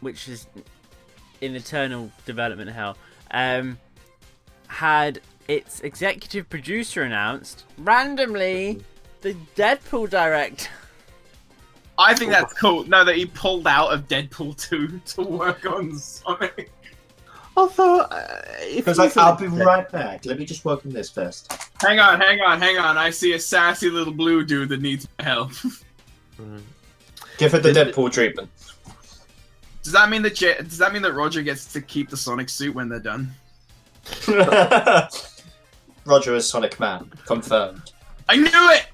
which is in eternal development hell, um, had its executive producer announced randomly the Deadpool director. I think that's cool. No, that he pulled out of Deadpool 2 to work on Sonic. Although, uh, if Because he's like, I'll be an- right back. Let me just work on this first. Hang on, hang on, hang on. I see a sassy little blue dude that needs my help. Give it the Did- Deadpool treatment. Does that mean that J- Does that mean that Roger gets to keep the Sonic suit when they're done? Roger is Sonic Man. Confirmed. I knew it.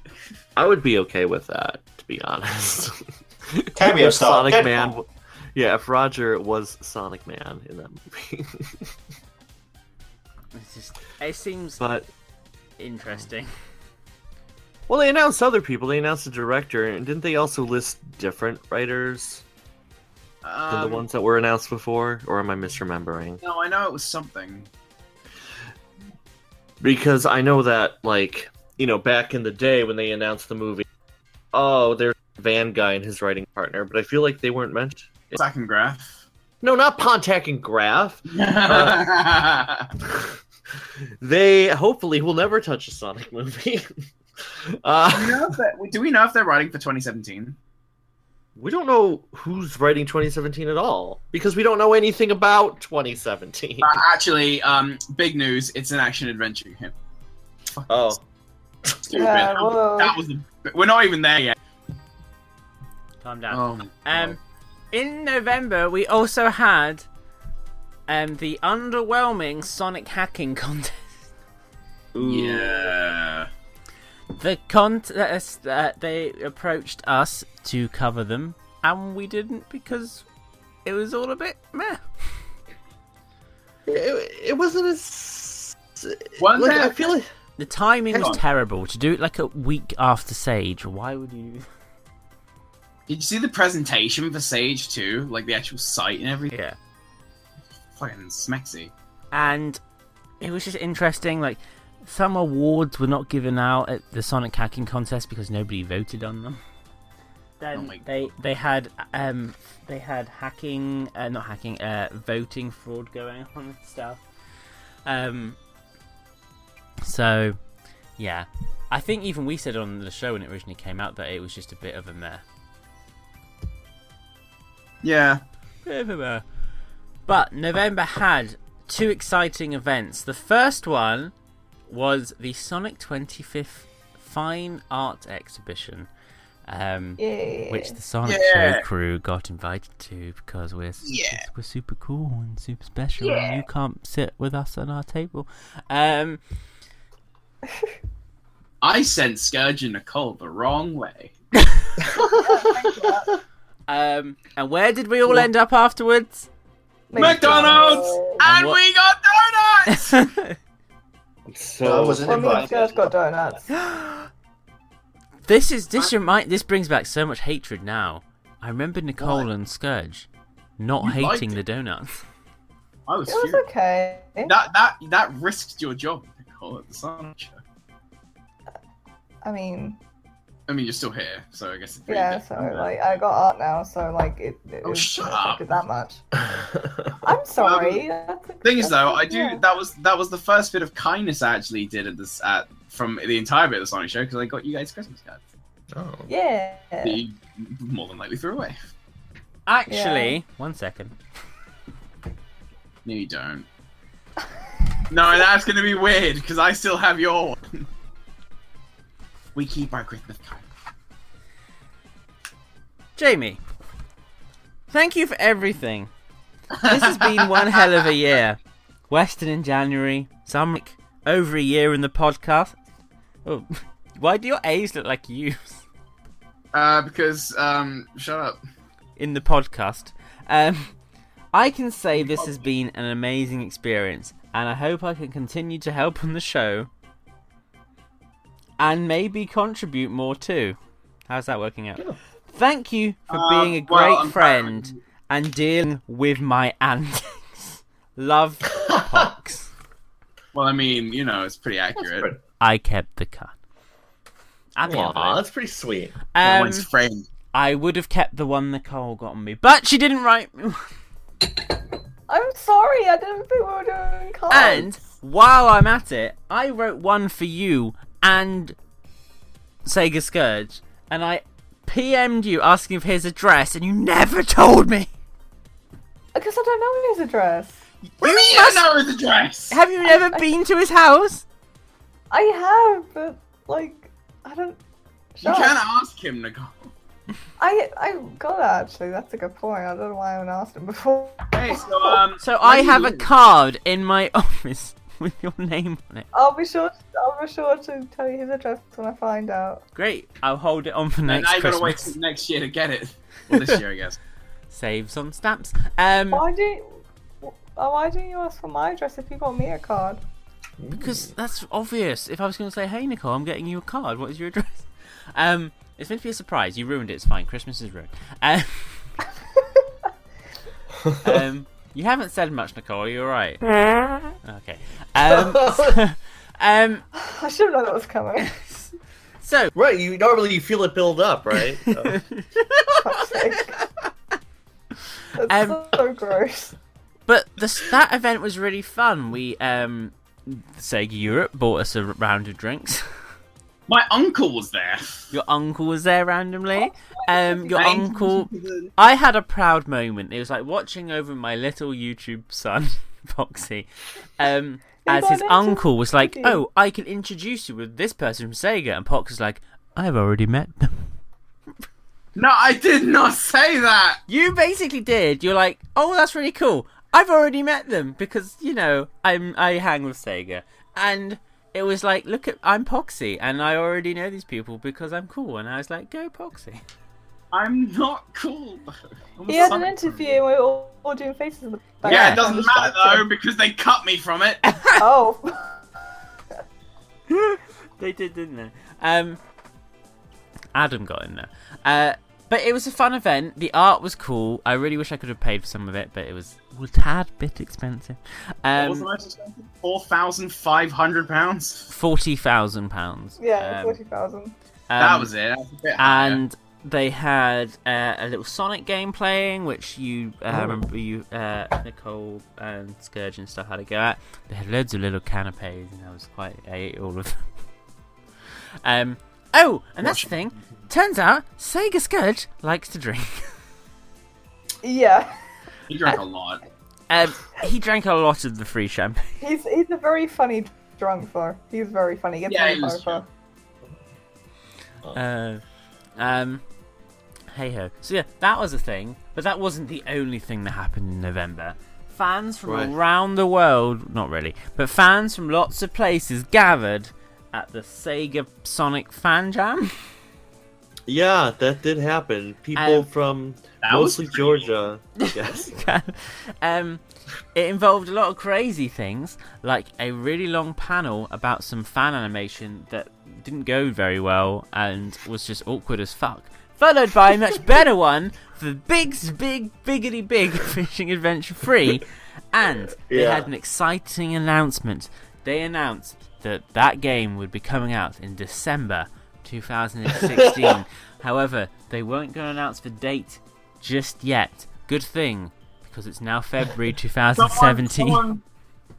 I would be okay with that, to be honest. Cameo If star. Sonic Deadpool. Man. w- Yeah, if Roger was Sonic Man in that movie, It's just, it seems but interesting. well, they announced other people. They announced a director, and didn't they also list different writers than Um, the ones that were announced before? Or am I misremembering? No, I know it was something. Because I know that, like, you know, back in the day when they announced the movie, oh, there's Van Guy and his writing partner, but I feel like they weren't mentioned. Second graph. No, not Pontac and Graf. they hopefully will never touch a Sonic movie. Do we uh, know if they're- do we know if they're writing for 2017? we don't know who's writing 2017 at all because we don't know anything about 2017. Uh, actually, um, big news. It's an action adventure game. Fuck, Oh, stupid. Yeah, That whoa. was- that was. the- We're not even there yet. Calm down. Oh, my Um, God. in November, we also had um, the underwhelming Sonic hacking contest. yeah. The contest uh, they approached us to cover them, and we didn't because it was all a bit meh. it, it wasn't as. One like, thing- I feel like The timing Hang was on. terrible. To do it like a week after Sage, why would you? Did you see the presentation for Sage 2? Like the actual site and everything? Yeah. Fucking smexy. and it was just interesting. Like some awards were not given out at the Sonic hacking contest because nobody voted on them. Then Oh my they they had um they had hacking uh, not hacking uh voting fraud going on and stuff. Um. So, yeah, I think even we said on the show when it originally came out that it was just a bit of a meh. Yeah. Everywhere. But November had two exciting events. The first one was the Sonic 25th Fine Art Exhibition, um, Yeah. which the Sonic Yeah. Show crew got invited to because we're s- Yeah. we're super cool and super special, and you can't sit with us on our table. Um, I sent Scourge and Nicole the wrong way. um, and where did we all end up afterwards? McDonald's! And what- we got donuts! Sonic so. Well, I wasn't Well, me and invited. Scourge got donuts. This is this remind this brings back so much hatred now. I remember Nicole Why? and Scourge not You liked hating it. the donuts. I was, It was furious. okay. that that that risked your job, Nicole, at the Sonic Show. I mean, I mean, you're still here, so I guess. It's pretty yeah. good. So like, I got art now, so like, it. it Oh, was- shut it up. affected that much. Oh, I'm sorry. Thing is, though, I do. That was that was the first bit of kindness I actually did at this at from the entire bit of the Sonic Show because I got you guys Christmas cards. oh. Yeah. that you more than likely threw away. Actually, one second. No, you don't. no, that's gonna be weird because I still have your one. We keep our Christmas cards. Jamie, thank you for everything. This has been one hell of a year. Western in January, Samric over a year in the podcast. Oh, why do your A's look like U's? Uh, because um, shut up. in the podcast. Um, I can say this has been an amazing experience, and I hope I can continue to help on the show and maybe contribute more too. How's that working out? Thank you for Uh, being a great well, I'm friend sorry. and dealing with my antics. Love, Pox. Well, I mean, you know, it's pretty accurate. pretty- I kept the cut. At the end of it. Aw, that's pretty sweet. No Um, one's framed. I would have kept the one Nicole got on me, but she didn't write me. I'm sorry. I didn't think we were doing cards. And while I'm at it, I wrote one for you and Sega Scourge, and I PM'd you asking for his address, and you never told me. because I don't know his address. What do you mean? I know his address. Have you never been to his house? I have, but like, I don't. You Shut up. can't ask him, Nicole. I I got that actually. That's a good point. I don't know why I haven't asked him before. Hey, so um, So where I do you have a live? card in my office with your name on it. I'll be sure. I'll be sure to tell you his address when I find out. Great, I'll hold it on for And next I gotta wait Christmas. till next year to get it. Well, this year, I guess. Saves on stamps. Hmm. Um, Why do? You, oh, why didn't you ask for my address if you got me a card? because that's obvious. If I was going to say, "Hey Nicole, I'm getting you a card. What is your address?" Um, it's meant to be a surprise. You ruined it. It's fine. Christmas is ruined. Um, um, you haven't said much, Nicole. You're right. Okay. Um, so, um, I should have known that was coming. so Right, you normally you feel it build up, right? So- Fuck's sake. That's Um, so gross. but this, that event was really fun. We um, Sega Europe bought us a round of drinks. My uncle was there. Your uncle was there randomly. Um, your I- uncle. I had a proud moment. It was like watching over my little YouTube son, Foxy, um, as got his an uncle was like, interview. "Oh, I can introduce you with this person from Sega," and Pox was like, "I've already met them." No, I did not say that. You basically did. You're like, oh, that's really cool. I've already met them because you know I'm I hang with Sega, and it was like, look at I'm Poxy, and I already know these people because I'm cool, and I was like, go Poxy. I'm not cool. Though. I'm a He had an Sonic interview and we were all, all doing faces. in the fan. background. Yeah, Yeah. it doesn't matter though because they cut me from it. Um, Oh, they did, didn't they? Um, Adam got in there. Uh, but it was a fun event. The art was cool. I really wish I could have paid for some of it, but it was a tad bit expensive. Um, Four thousand five hundred pounds. forty thousand pounds. Um, yeah, forty thousand. That was it. That was a bit higher. and they had uh, a little Sonic game playing, which you uh, remember you uh, Nicole and Scourge and stuff had a go at. They had loads of little canapes, and I was quite I ate all of them. um, oh, and that's the thing. Turns out Sega Scourge likes to drink. Yeah, he drank a lot. Um, he drank a lot of the free champagne. he's he's a very funny drunk though. He's very funny. He gets Yeah, very he was far, far. Uh, um, hey ho. So yeah, that was a thing, but that wasn't the only thing that happened in November. Fans from Right. around the world, not really, but fans from lots of places gathered at the Sega Sonic Fan Jam. yeah, that did happen. People Um, from That was mostly pretty Georgia, I guess. um, It involved a lot of crazy things, like a really long panel about some fan animation that didn't go very well and was just awkward as fuck. Followed by a much better one for Big's Big Biggity Big Fishing Adventure 3. And they Yeah. had an exciting announcement. They announced that that game would be coming out in December 2016. However, they weren't going to announce the date just yet. Good thing, because it's now February 2017. Someone,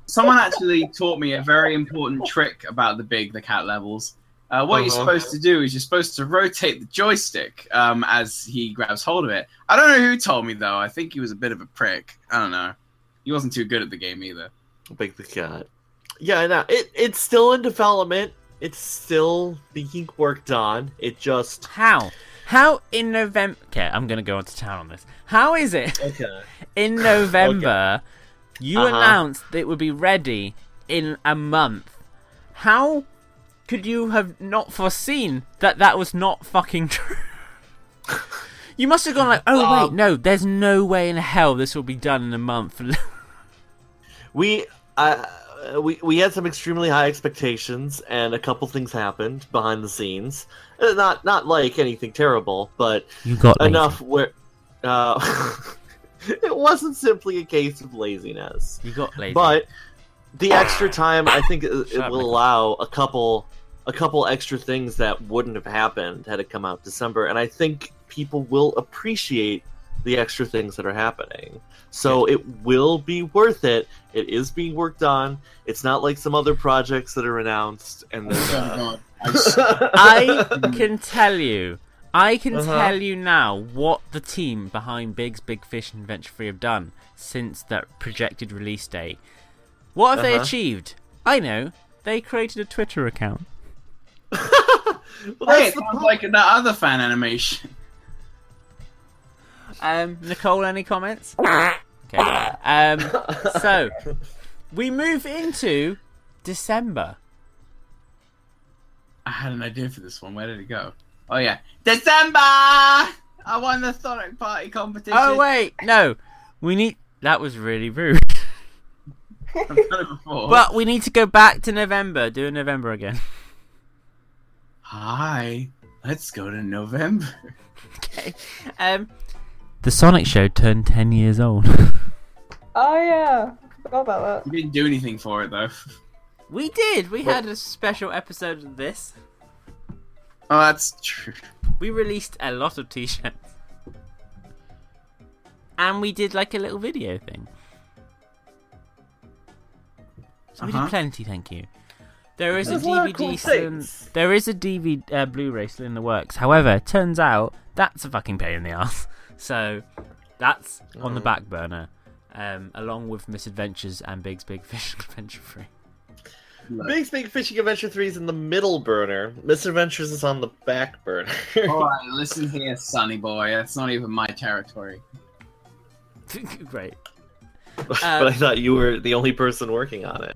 someone actually taught me a very important trick about the big the cat levels. Uh, what you're Uh-huh. supposed to do is you're supposed to rotate the joystick um, as he grabs hold of it. I don't know who told me though. I think he was a bit of a prick. I don't know. He wasn't too good at the game either. Big the cat. Yeah, no, it it's still in development. It's still being worked on. It just How? How in November? Okay, I'm going to go on to town on this. How is it okay. in November you Uh-huh. announced that it would be ready in a month? How could you have not foreseen that that was not fucking true? You must have gone like, oh wait, no, there's no way in hell this will be done in a month. We uh, we we had some extremely high expectations, and a couple things happened behind the scenes. Uh, Not not like anything terrible, but you got lazy. enough where uh, it wasn't simply a case of laziness. You got lazy. But the extra time, I think, it, it Shut up, will Michael. allow a couple, a couple extra things that wouldn't have happened had it come out December, and I think people will appreciate the extra things that are happening. So it will be worth it. It is being worked on. It's not like some other projects that are announced and then. Uh... Oh, God. I just- I can tell you, I can Uh-huh. tell you now what the team behind Big's Big Fish and Adventure 3 have done since that projected release date. What have they Uh-huh. achieved? I know. They created a Twitter account. Well, Hey, it that's the sounds point. like that other fan animation. Um, Nicole, any comments? okay. Um, so, we move into December. I had an idea for this one. Where did it go? Oh yeah, December. I won the Sonic Party competition. Oh, wait, no. We need. That was really rude. I've done it Oh. before. But we need to go back to November. Do a November again. Hi. Let's go to November. Um, the Sonic Show turned 10 years old. Oh yeah, forgot about that. We didn't do anything for it though. We did. We had a special episode of this. Oh, that's true. We released a lot of t-shirts. And we did like a little video thing. So we Uh-huh. did plenty, thank you. There is a There's a lot of DVD cool still in- things. there is a DVD uh, Blu-ray still in the works. However, turns out that's a fucking pain in the ass. So that's on the Mm. back burner. Um, along with Misadventures and Big's Big Fish Adventure Free. Big Big Fishing Adventure 3 is in the middle burner. Misadventures is on the back burner. All right, listen here, Sonny boy. That's not even my territory. Great. but Um, I thought you were the only person working on it.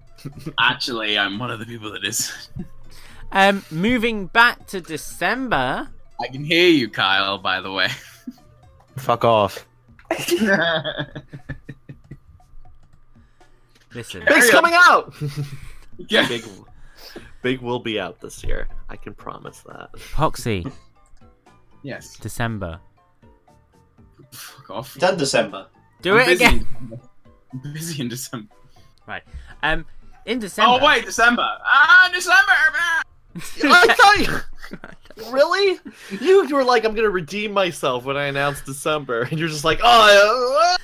Actually, I'm one of the people that is. Um, moving back to December. I can hear you, Kyle. By the way. Fuck off. Listen, Hurry Big's up. coming out! yeah. Big, Big will be out this year. I can promise that. Poxy, Yes. December. Fuck off. Done December. Do I'm it busy again. in- I'm busy in December. Um, in December. Oh wait, December. Ah, December. ah! I thought you. Really? You were like, I'm gonna redeem myself when I announced December, and you're just like, oh,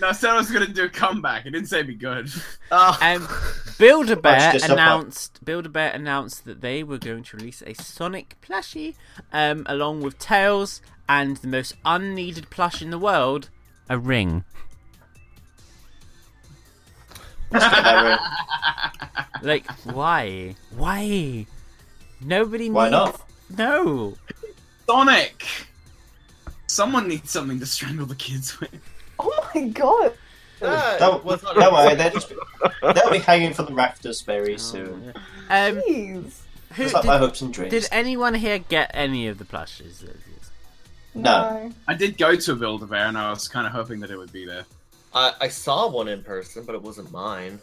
No, I said I was gonna do a comeback. It didn't say be good. uh, uh, Um, Build a Bear Watch this up, up. announced. Build a Bear announced that they were going to release a Sonic plushie, um, along with Tails and the most unneeded plush in the world, a ring. Like, why? Why? Nobody. Why needs... not? No. Sonic. Someone needs something to strangle the kids with. Oh my god. Don't, was not- don't worry, they'll, just be, they'll be hanging from the rafters very soon. Um, Jeez. Oh, who It's like my did, hopes and dreams. did anyone here get any of the plushes? No. I did go to a Build-A-Bear and I was kind of hoping that it would be there. I, I saw one in person, but it wasn't mine.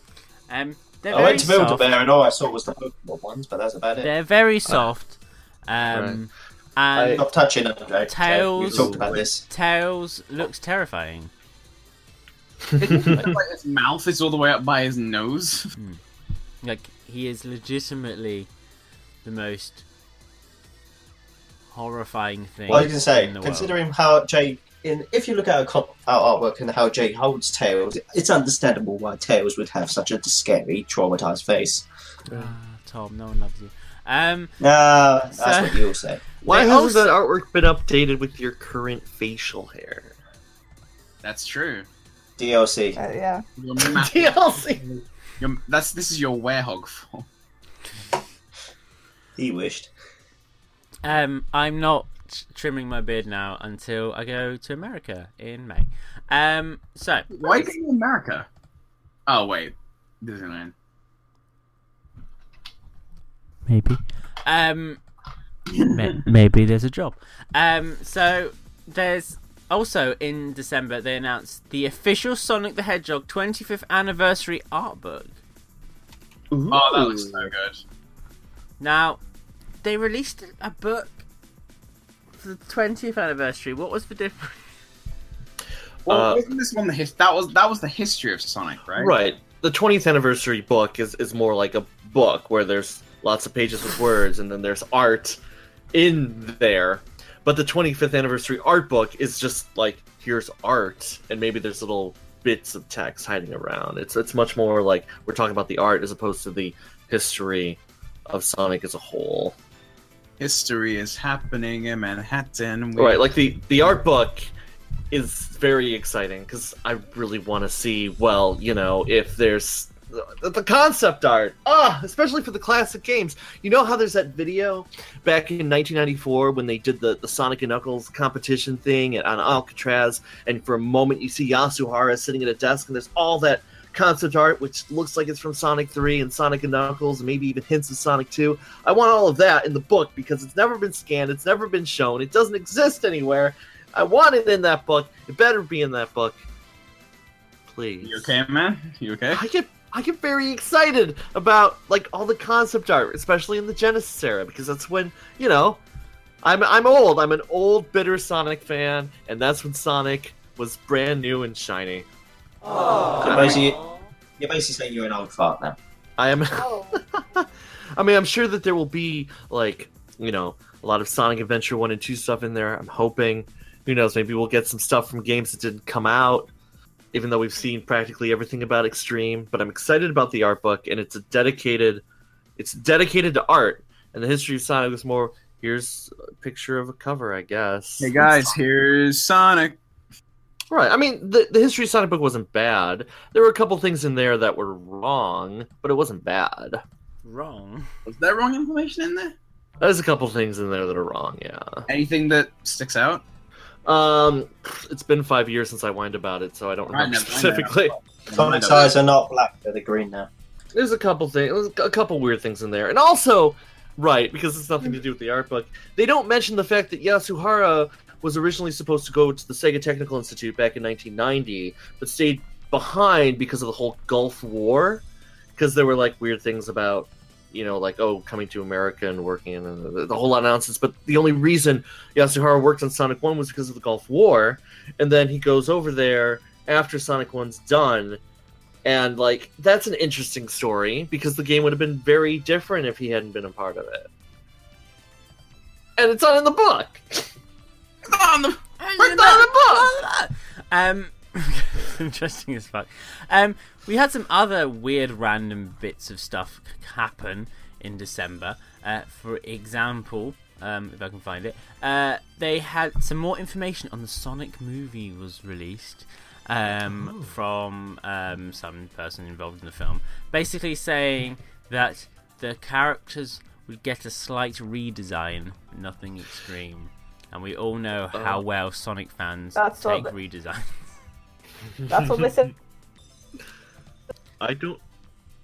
Um, they're I very went to Uh, Build a soft. Bear and all I saw was the Pokemon ones, but that's about it. They're very soft. Um, and Stop touching them, Jay. We Tails- talked about this. Tails looks terrifying. like his mouth is all the way up by his nose. Like he is legitimately the most horrifying thing. Well, I was going to say, in the world. considering how Jay, in if you look at our, co- our artwork and how Jay holds Tails, it's understandable why Tails would have such a scary, traumatized face. Ah, Tom, no one loves you. Um, No, that's So- what you'll say. Why They hasn't also- that artwork been updated with your current facial hair? That's true. DLC. Uh, yeah. Your ma- DLC. your, that's this is your werehog form. He wished. um, I'm not trimming my beard now until I go to America in May. Um, so Why go to America? Oh wait, Disneyland. maybe, um, may- maybe there's a job. Um, so there's also in December they announced the official Sonic the Hedgehog 25th anniversary art book. Oh, that looks so good. Uh, Now, they released a book for the 20th anniversary. What was the difference? Well, Uh, wasn't this one the his- that was that was the history of Sonic, right? Right. The 20th anniversary book is, is more like a book where there's lots of pages with words and then there's art in there. But the 25th anniversary art book is just like here's art and maybe there's little bits of text hiding around. It's it's much more like we're talking about the art as opposed to the history of Sonic as a whole. History is happening in Manhattan. We- Right, like the the art book is very exciting because I really want to see. Well, you know, if there's the, the concept art, ah, especially for the classic games. You know how there's that video back in 1994 when they did the, the Sonic and Knuckles competition thing at, on Alcatraz, and for a moment you see Yasuhara sitting at a desk, and there's all that concept art which looks like it's from Sonic 3 and Sonic and Knuckles, and maybe even hints of Sonic 2. I want all of that in the book because it's never been scanned, it's never been shown, it doesn't exist anywhere. I want it in that book. It better be in that book. Please. You okay, man? You okay? I get I get very excited about like all the concept art, especially in the Genesis era, because that's when you know I'm I'm old. I'm an old bitter Sonic fan, and that's when Sonic was brand new and shiny. You're basically, you're basically saying you're an old fart now. I am. Oh. I mean, I'm sure that there will be like you know a lot of Sonic Adventure one and two stuff in there. I'm hoping. Who knows? Maybe we'll get some stuff from games that didn't come out. Even though we've seen practically everything about Extreme, but I'm excited about the art book, and it's a dedicated, it's dedicated to art, and the history of Sonic was more. Here's a picture of a cover, I guess. Hey guys, here's Sonic. Right. I mean, the, the history of Sonic book wasn't bad. There were a couple things in there that were wrong, but it wasn't bad. Wrong. Was there wrong information in there? There's a couple things in there that are wrong. Yeah. Anything that sticks out? Um, it's been five years since I whined about it, so I don't I remember know, I know. specifically. Sonic's eyes are not black, they're the green now. There's a couple things, a couple weird things in there, and also, right, because it's nothing to do with the art book, they don't mention the fact that Yasuhara was originally supposed to go to the Sega Technical Institute back in 1990, but stayed behind because of the whole Gulf War, because there were like weird things about, you know, like oh, coming to America and working and uh, the, the whole lot of nonsense. But the only reason Yasuhara worked on Sonic One was because of the Gulf War, and then he goes over there after Sonic One's done. And like that's an interesting story because the game would have been very different if he hadn't been a part of it. And it's not in the book. On the It's not in the Um, interesting as fuck. Um, we had some other weird, random bits of stuff happen in December. Uh, for example, um, if I can find it, uh, they had some more information on the Sonic movie was released um, from um, some person involved in the film, basically saying that the characters would get a slight redesign, nothing extreme. And we all know how Oh. well Sonic fans That's what take the- redesign. That's what they said. I don't.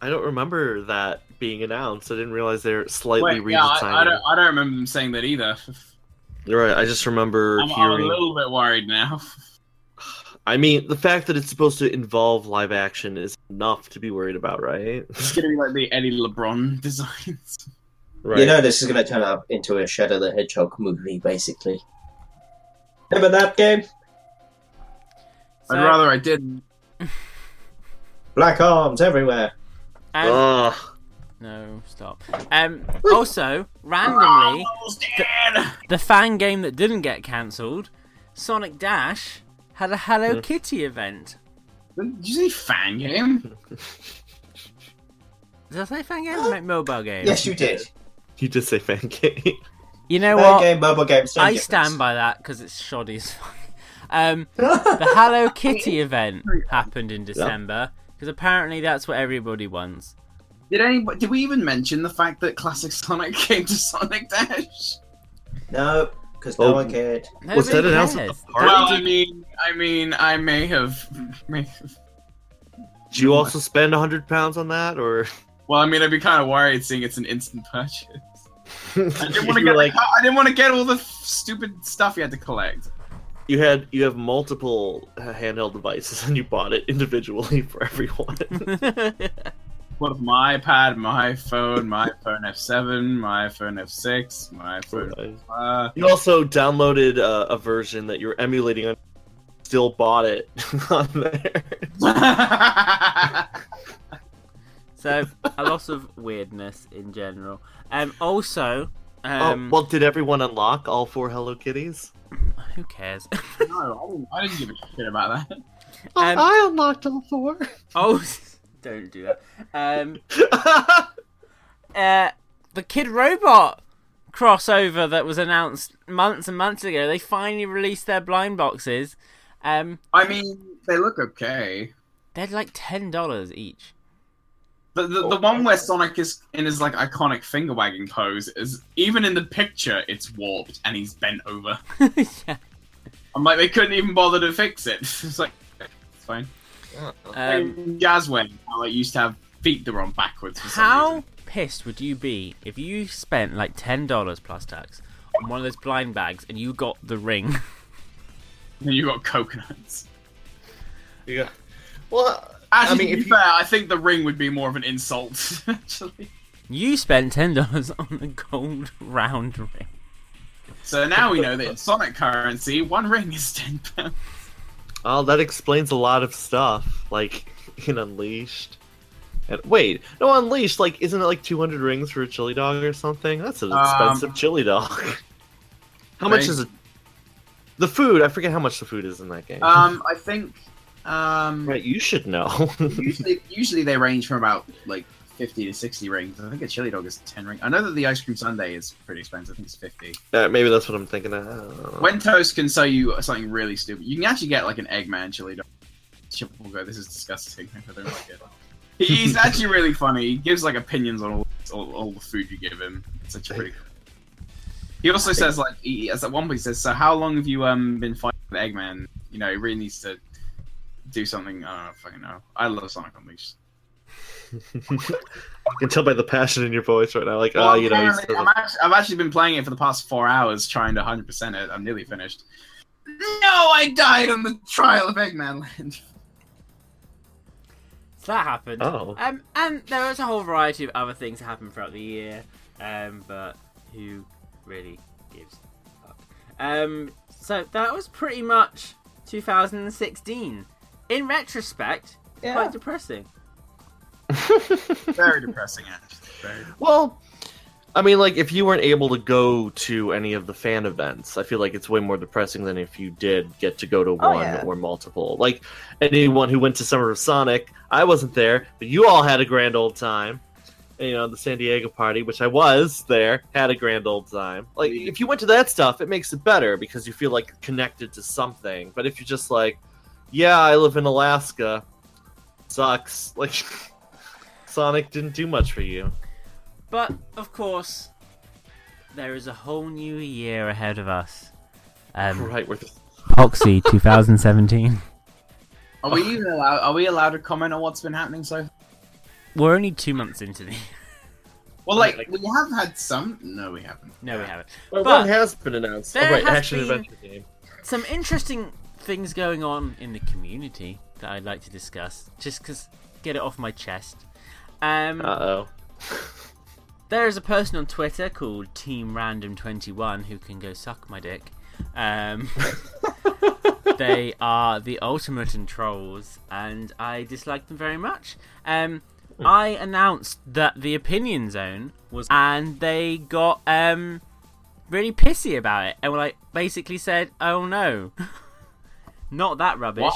I don't remember that being announced. I didn't realize they're slightly Wait, yeah, I, I redesigning. don't, I don't remember them saying that either. You're right. I just remember I'm, I'm a hearing. little bit worried now. I mean, the fact that it's supposed to involve live action is enough to be worried about, right? It's gonna be like the Eddie LeBron designs. right. You know this is going to turn up into a Shadow the Hedgehog movie, basically. Remember that game? So, I'd rather I didn't. Black arms everywhere. um, Ugh. No, stop. Um, also, randomly, Almost dead. the fan game that didn't get cancelled, Sonic Dash, had a Hello Kitty event. Did you say fan game? Did I say fan game? I meant mobile game. Yes, you did. You just say fan game. You know Fan what? game, mobile game. same I difference. stand by that because it's shoddy as fuck. Um, the Hello Kitty event happened in December because apparently that's what everybody wants. Did anybody? Did we even mention the fact that classic Sonic came to Sonic Dash? No, because no Oh. one cared. Was that Nobody announced at the cares. party? Well, I mean, I mean, I may have, may have. Did you also spend hundred pounds on that, or Well, I mean, I'd be kind of worried seeing it's an instant purchase. I didn't want to You get. like I didn't want to get all the f- stupid stuff you had to collect. you had you have multiple uh, handheld devices and you bought it individually for everyone. What of my iPad, my phone, my phone F7, my phone F6, my phone. Uh, you also downloaded uh, a version that you're emulating on. Still bought it on there. so a lot of weirdness in general. Um, also, um, oh, well, did everyone unlock all four Hello Kitties? who cares? no, I didn't, I didn't give a shit about that. Um, I unlocked all four. oh, don't do that. Um, uh, the Kid Robot crossover that was announced months and months ago. They finally released their blind boxes. Um, I mean, they look okay. they're like ten dollars each. The, the, the one where Sonic is in his like iconic finger wagging pose is even in the picture it's warped and he's bent over. yeah. I'm like they couldn't even bother to fix it. it's like it's fine. Um, Jasmine, how I used to have feet that were on backwards. For some how reason. pissed would you be if you spent like ten dollars plus tax on one of those blind bags and you got the ring? And you got coconuts. yeah. Well, Actually, I mean, to be if you- fair, I think the ring would be more of an insult. Actually, you spent ten dollars on a gold round ring. so now we know that in Sonic currency, one ring is ten pounds. Oh, that explains a lot of stuff, like in Unleashed. And wait, no, Unleashed, like, isn't it like 200 rings for a chili dog or something? That's an Um, expensive chili dog. how much Right. is it? The food, I forget how much the food is in that game. Um, I think. Um, right, you should know. usually, usually they range from about like 50 to 60 rings. I think a chili dog is 10 ring. I know that the ice cream sundae is pretty expensive. I think it's 50. Uh, maybe that's what I'm thinking of. I don't know. When Toast can sell you something really stupid, you can actually get like an Eggman chili dog. Chip will go, this is disgusting. I don't like it. He's actually really funny. He gives like opinions on all, all, all the food you give him. It's such a pretty. He also says like he, as at one point he says, so how long have you um been fighting with Eggman? You know, he really needs to do something. I don't know, fucking know. I love Sonic Unleashed. I can tell by the passion in your voice right now. Like, oh, you know, he's apparently- I'm actually, I've actually been playing it for the past four hours, trying to 100% it. I'm nearly finished. No, I died on the trial of Eggman Land. So that happened. Oh. Um, and there was a whole variety of other things that happened throughout the year. Um, but who really gives a fuck? Um, so that was pretty much 2016. In retrospect, Yeah. quite depressing. Very depressing, actually. Very Well, I mean, like if you weren't able to go to any of the fan events, I feel like it's way more depressing than if you did get to go to Oh, one yeah. or multiple. Like anyone who went to Summer of Sonic, I wasn't there, but you all had a grand old time. And, you know, the San Diego party, which I was there, had a grand old time. Like if you went to that stuff, it makes it better because you feel like connected to something. But if you're just like, yeah, I live in Alaska, sucks. Like Sonic didn't do much for you. But of course, there is a whole new year ahead of us. Um, Right, we're just Oxy 2017. Are we even allowed? Are we allowed to comment on what's been happening so? far? We're only two months into the. Well, like we have had some. No, we haven't. No, we haven't. Well, But one has been announced. there oh, right, has action been- adventure game. Some interesting things going on in the community that I'd like to discuss, just because get it off my chest. Um, Uh oh. there is a person on Twitter called Team Random Twenty One who can go suck my dick. Um, they are the ultimate in trolls, and I dislike them very much. Um, I announced that the opinion zone was, and they got um, really pissy about it, and like basically said, "Oh no, not that rubbish."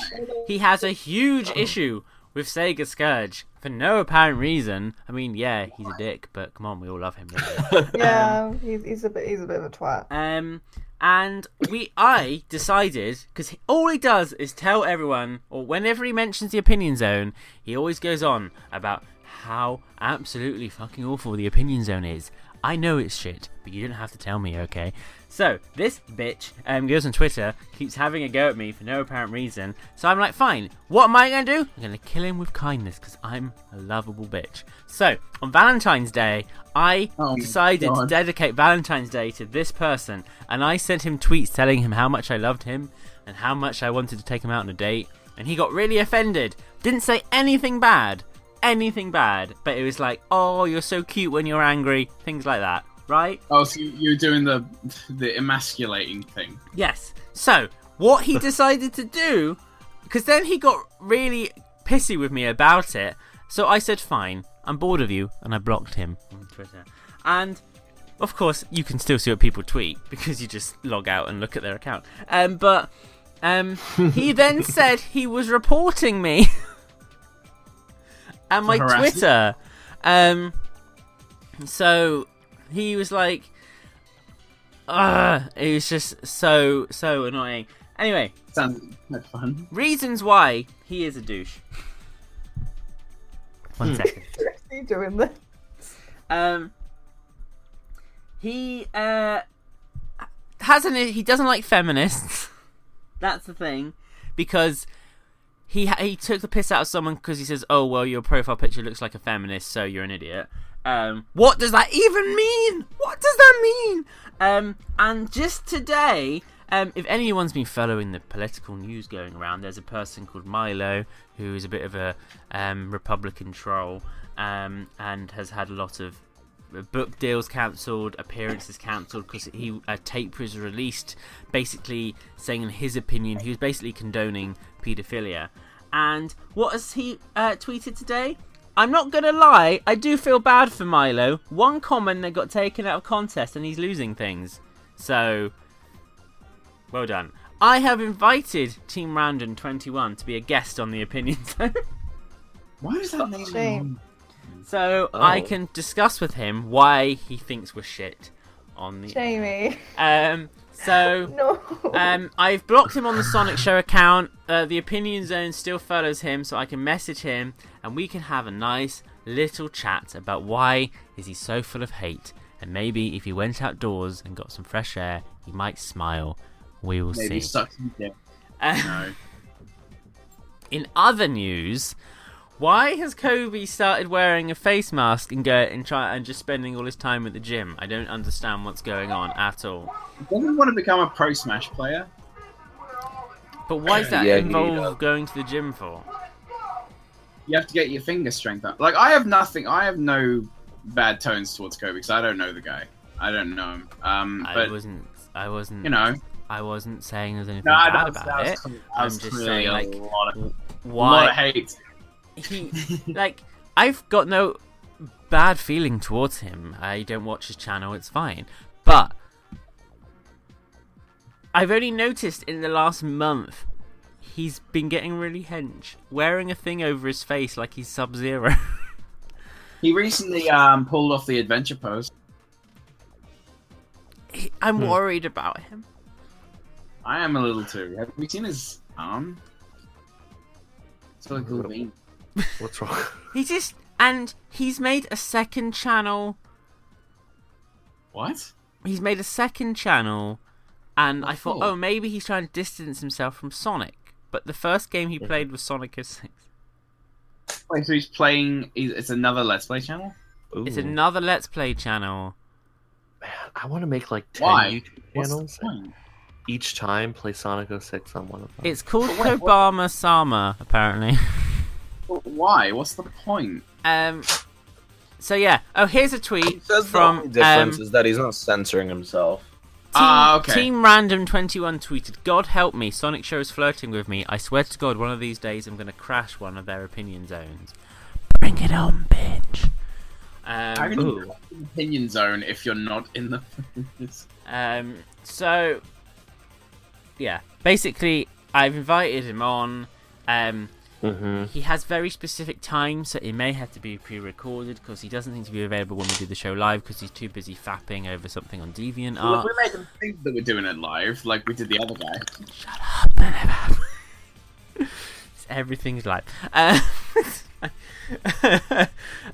He has a huge issue with Sega Scourge for no apparent reason. I mean, yeah, he's a dick, but come on, we all love him. Really. Yeah, he's, he's a bit he's a bit of a twat. Um, and we, I decided because all he does is tell everyone, or whenever he mentions the opinion zone, he always goes on about how absolutely fucking awful the opinion zone is. I know it's shit, but you don't have to tell me, okay? So this bitch um, goes on Twitter, keeps having a go at me for no apparent reason. So I'm like, fine. What am I gonna do? I'm gonna kill him with kindness because I'm a lovable bitch. So on Valentine's Day, I Oh my decided to God. dedicate Valentine's Day to this person, and I sent him tweets telling him how much I loved him and how much I wanted to take him out on a date, and he got really offended. Didn't say anything bad, anything bad, but it was like, oh, you're so cute when you're angry, things like that, right? Oh, so you're doing the the emasculating thing. Yes. So, what he decided to do, because then he got really pissy with me about it. So I said, fine, I'm bored of you, and I blocked him on Twitter. And, of course, you can still see what people tweet because you just log out and look at their account. Um, but um, he then said he was reporting me and my harassment? Twitter. Um, so he was like, Ugh, it was just so so annoying. Anyway, Sounds like fun. reasons why he is a douche. One second. What's he doing this? Um, he uh has an he doesn't like feminists. That's the thing, because he ha- he took the piss out of someone because he says, "Oh well, your profile picture looks like a feminist, so you're an idiot." Um, what does that even mean? What does that mean? Um, and just today, um, if anyone's been following the political news going around, there's a person called Milo who is a bit of a um, Republican troll um, and has had a lot of book deals cancelled, appearances cancelled because he a tape was released, basically saying in his opinion he was basically condoning paedophilia. And what has he uh, tweeted today? I'm not gonna lie, I do feel bad for Milo. One comment that got taken out of contest and he's losing things. So, well done. I have invited Team Random 21 to be a guest on the Opinion Zone. Why is that name? Shame. So I Oh. can discuss with him why he thinks we're shit on the Jamie. um so No. um I've blocked him on the Sonic Show account. Uh, the opinion zone still follows him so I can message him and we can have a nice little chat about why is he so full of hate and maybe if he went outdoors and got some fresh air he might smile. We will Maybe see. suck some dick. Uh, No. In other news, why has Kobe started wearing a face mask and go and try and just spending all his time at the gym? I don't understand what's going on at all. Doesn't he want to become a pro Smash player? But why does that Yeah, he, involve uh, going to the gym for? You have to get your finger strength up. Like I have nothing. I have no bad tones towards Kobe because I don't know the guy. I don't know him. Um, I but wasn't. I wasn't. you know, I wasn't saying there's anything no, I bad don't. about that it. was, that was I'm just clearly saying, a like, lot of, lot of Why hate. he like I've got no bad feeling towards him. I don't watch his channel, it's fine. But I've only noticed in the last month he's been getting really hench, wearing a thing over his face like he's sub zero. He recently um, pulled off the adventure pose. I'm Hmm. worried about him. I am a little too. Have you seen his arm? It's like a little vein. What's wrong? He just and he's made a second channel What? he's made a second channel and I thought, Oh. oh maybe he's trying to distance himself from Sonic. But the first game he played was Sonic 06. Wait, so he's playing. he's- It's another Let's Play channel. Ooh, It's another Let's Play channel. man, I want to make like ten Why? YouTube What's the channels. point? each time play Sonic 06 on one of them. It's called Oh, Kobama Sama, apparently. Well, why? What's the point? Um, so yeah. Oh, here's a tweet That's the only from difference um, is that he's not censoring himself. Team, Ah, okay. Team Random Twenty One tweeted, "God help me, Sonic Show is flirting with me. I swear to God, one of these days I'm going to crash one of their opinion zones. Bring it on, bitch." How Um, can you ooh. be in the opinion zone if you're not in the? It's- um, so yeah, basically, I've invited him on. Um, Mm-hmm. He has very specific times, so it may have to be pre-recorded because he doesn't seem to be available when we do the show live because he's too busy fapping over something on DeviantArt. we make them think that we're doing it live, like we did the other guy. Everything's live. Uh,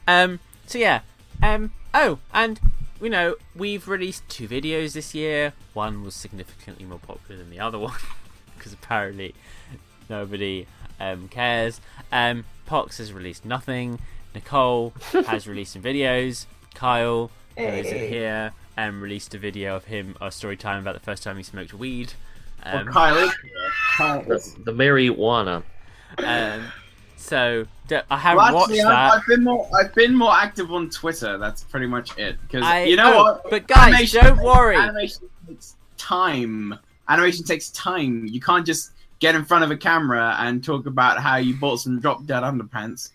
um, so yeah. Um, oh, and you know we've released two videos this year. One was significantly more popular than the other one because apparently nobody um, cares. Um, Pox has released nothing. Nicole has released some videos. Kyle who isn't Hey. here um, released a video of him a story time about the first time he smoked weed. Well, Um, Kyle is here. Kyle The, is- the marijuana. um, so d- I haven't Well, actually, watched I've- that. I've been more. I've been more active on Twitter. That's pretty much it. Because I- you know oh, what? but guys, don't takes- worry. Animation takes time. Animation takes time. You can't just get in front of a camera and talk about how you bought some drop dead underpants.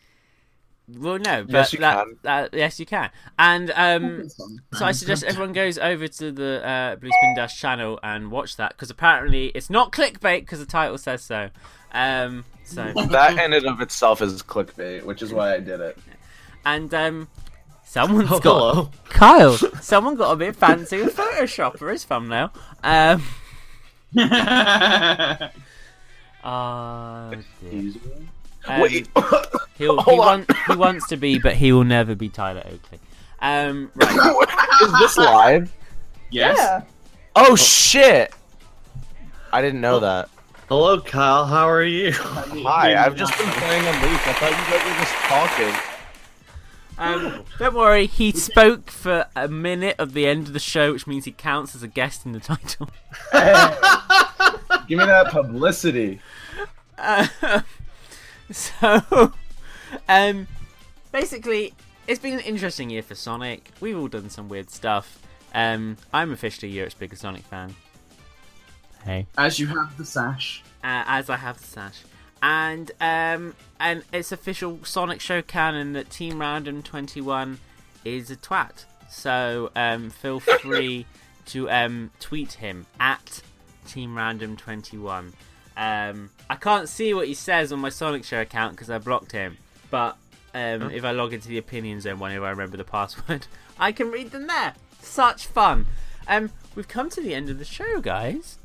Well, no, but Yes, you that, can. that- yes, you can. And um, so I suggest everyone goes over to the uh, Blue Spin Dash channel and watch that because apparently it's not clickbait because the title says so. Um, so That in and of itself is clickbait, which is why I did it. and um, someone's Oh, got hello. Kyle. Someone got a bit fancy with Photoshop for his thumbnail. Um, oh, dear. Um, Wait, He'll, he, Hold on. want, he wants to be, but he will never be Tyler Oakley. Um, right. is this live? yes. Yeah. Oh shit! I didn't know that. Hello, Kyle. How are you? Hi, I've just been playing a loop. I thought you guys were just talking. Um, don't worry, he spoke for a minute of the end of the show, which means he counts as a guest in the title. Give me that publicity. Uh, so, um, basically, it's been an interesting year for Sonic. We've all done some weird stuff. Um, I'm officially Europe's biggest Sonic fan. Hey. As you have the sash. uh, as I have the sash. And um, and it's official Sonic Show canon that Team Random Twenty One is a twat. So um, feel free to um, tweet him at Team Random Twenty One. Um, I can't see what he says on my Sonic Show account because I blocked him. But um, if I log into the opinion zone whenever I remember the password, I can read them there. Such fun. Um, we've come to the end of the show, guys.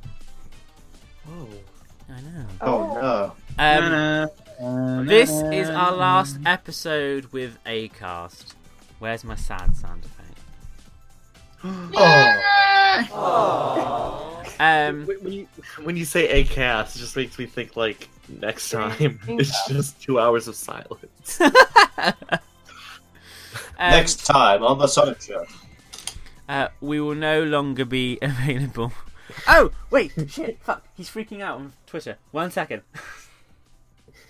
I know. Oh no. Um, Na-na, This na-na. is our last episode with Acast. Where's my sad sound effect? Um, Oh. When when you, when you say a cast, it just makes me think like next time it's just two hours of silence. um, Next time on the Sonic Show. uh, we will no longer be available. Oh wait, shit! Fuck, he's freaking out on Twitter. One second.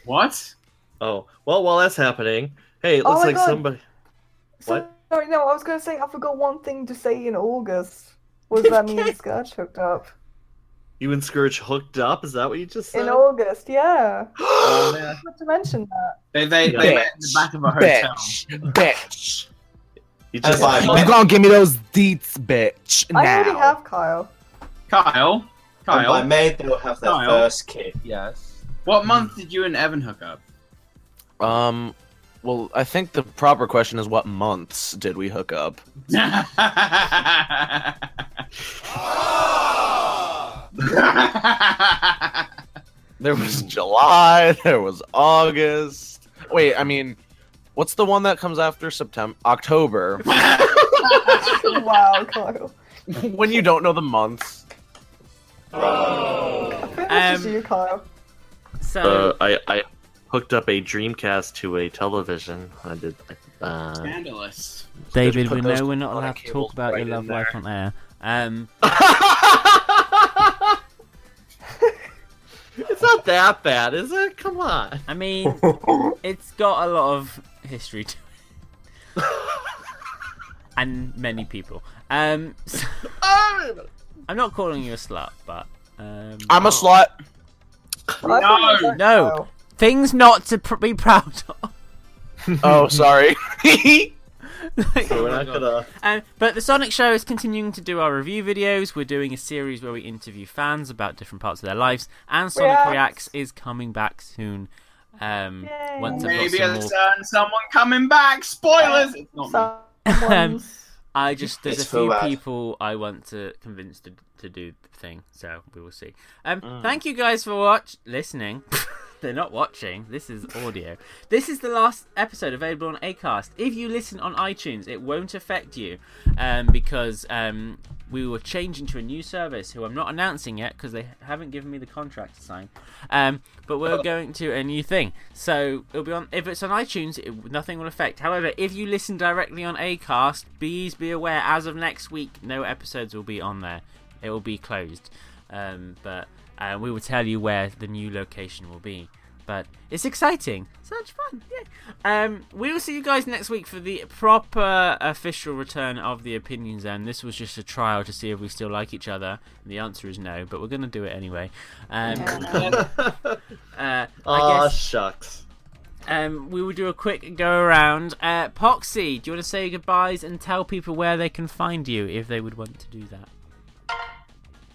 What? Oh well, while that's happening, hey, it looks my like God. somebody. What? Sorry, no, I was going to say I forgot one thing to say in August. Was that me and Scourge hooked up? You and Scourge hooked up? Is that what you just said? In August, yeah. Oh, yeah. I forgot to mention that. They they, Yeah. they met in the back of a hotel. bitch. you just That's fine. You gonna give me those deets, bitch? I already have Kyle. Kyle. And by Kyle. May they'll have their Kyle. first kid. Yes. What month did you and Evan hook up? Um. Well, I think the proper question is what months did we hook up? There was July. There was August. Wait, I mean, what's the one that comes after September? October. wow, Kyle. when you don't know the months. I think Um, that's just you, Kyle. So Uh, I I hooked up a Dreamcast to a television. I did. Uh, Scandalous. David, put we those know we're not on a allowed to cable talk about right your in love there. life on air. Um, It's not that bad, is it? Come on. I mean, it's got a lot of history to it. and many people. Um, so- I'm not calling you a slut, but um, I'm a slut. I thought it was like- No. oh. things not to pr- be proud of. Oh, sorry. Like, So oh we're my not God. gonna. Um, but the Sonic Show is continuing to do our review videos. We're doing a series where we interview fans about different parts of their lives, and Sonic Reacts. Reacts, is coming back soon. Um, Yay. once I've got Maybe some it's more, uh, someone coming back. Spoilers. It's not me. Um, Someone's- I just there's It's a few full ad. people I want to convince to to do the thing, so we will see. Um, thank you guys for watch listening. They're not watching. This is audio. This is the last episode available on Acast. If you listen on iTunes, it won't affect you, um, because um, we were changing to a new service, who I'm not announcing yet because they haven't given me the contract to sign. Um, but we're going to a new thing, so it'll be on. If it's on iTunes, it, nothing will affect. However, if you listen directly on Acast, please be aware as of next week, no episodes will be on there. It will be closed, um, but uh, we will tell you where the new location will be. But it's exciting, such fun! Yeah. Um, we will see you guys next week for the proper official return of the Opinion Zone. This was just a trial to see if we still like each other. And the answer is no, but we're gonna do it anyway. Um, uh, I Aw, guess shucks. um, we will do a quick go around. Uh, Poxy, do you want to say goodbyes and tell people where they can find you if they would want to do that?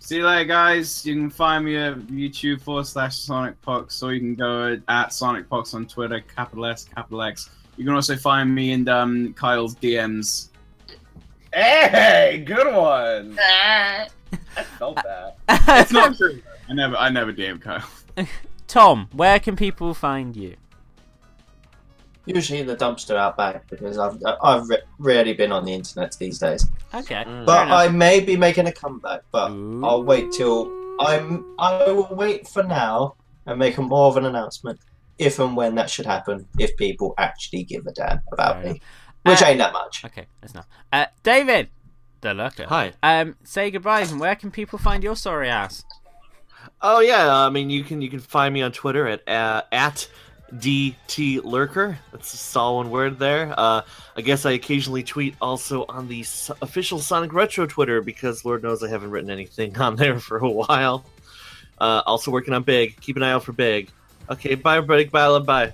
See you later, guys. You can find me at YouTube forward slash Sonic Pox, or you can go at Sonic Pox on Twitter, capital S, capital X. You can also find me in um, Kyle's DMs. Hey, good one. I felt that. It's not true. I never, I never DM Kyle. Tom, where can people find you? Usually in the dumpster out back because I've I've re- rarely been on the internet these days. Okay. But enough. I may be making a comeback. But Ooh. I'll wait till I'm. I will wait for now and make a more of an announcement if and when that should happen. If people actually give a damn about Fair me, which Uh, ain't that much. Okay, that's not. Uh, David, the lurker. Hi. Um, say goodbyes and where can people find your sorry ass? Oh yeah, I mean you can you can find me on Twitter at uh, at DT Lurker. That's just all one word there. Uh, I guess I occasionally tweet also on the s- official Sonic Retro Twitter because Lord knows I haven't written anything on there for a while. Uh, also working on Big. Keep an eye out for Big. Okay, bye everybody. Bye, love, bye.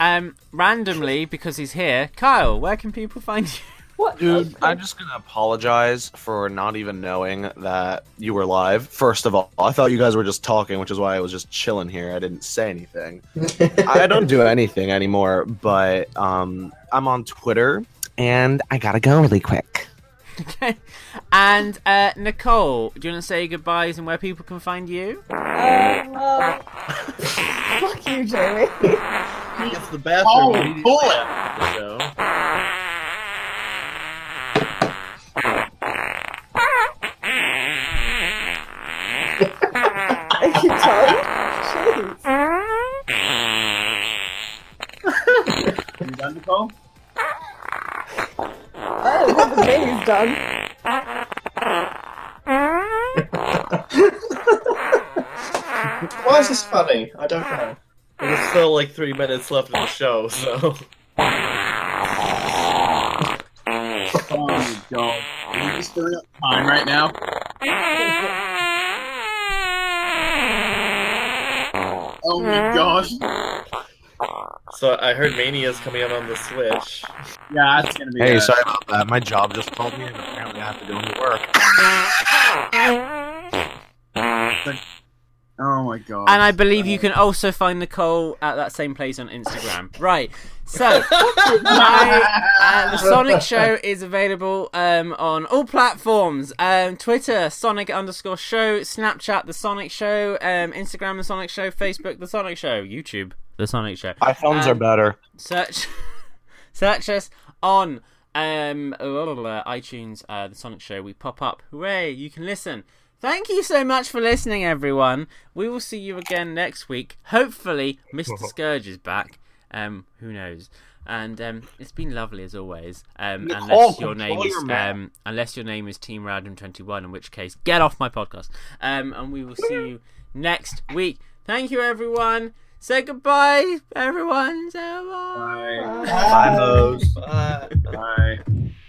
Um, randomly because he's here, Kyle. Where can people find you? What? Dude, I'm just gonna apologize for not even knowing that you were live. First of all, I thought you guys were just talking, which is why I was just chilling here. I didn't say anything. I don't do anything anymore, but um, I'm on Twitter, and I gotta go really quick. Okay. And uh, Nicole, do you want to say goodbyes and where people can find you? Um, uh, fuck you, Jamie. It's the bathroom. Oh, immediately bullet. after the show. Are you tired? Jeez. You done, Nicole? I don't know what the menu's done. Why is this funny? I don't know. There's still like three minutes left of the show, so Oh my god! Are you just filling up time right now? Oh my gosh! so I heard Mania's coming out on the Switch. Yeah, that's gonna be. Hey, a- sorry about that. My job just called me, and apparently I have to go to work. Oh my god! And I believe you can also find Nicole at that same place on Instagram. Right. So, I, uh, the Sonic Show is available um, on all platforms: um, Twitter, Sonic underscore Show, Snapchat, The Sonic Show, um, Instagram, The Sonic Show, Facebook, The Sonic Show, YouTube, The Sonic Show. iPhones Um, are better. Search, search us on um blah, blah, blah, iTunes, uh, the Sonic Show. We pop up. Hooray! You can listen. Thank you so much for listening, everyone. We will see you again next week. Hopefully, Mr. Scourge is back. Um, who knows? And um, it's been lovely as always. Um, Nicole, unless your control name is your mouth. um, unless your name is Team Random Twenty One, in which case, get off my podcast. Um, and we will see you next week. Thank you, everyone. Say goodbye, everyone. Say goodbye. Bye. Bye. Bye, Mose. Bye. Bye.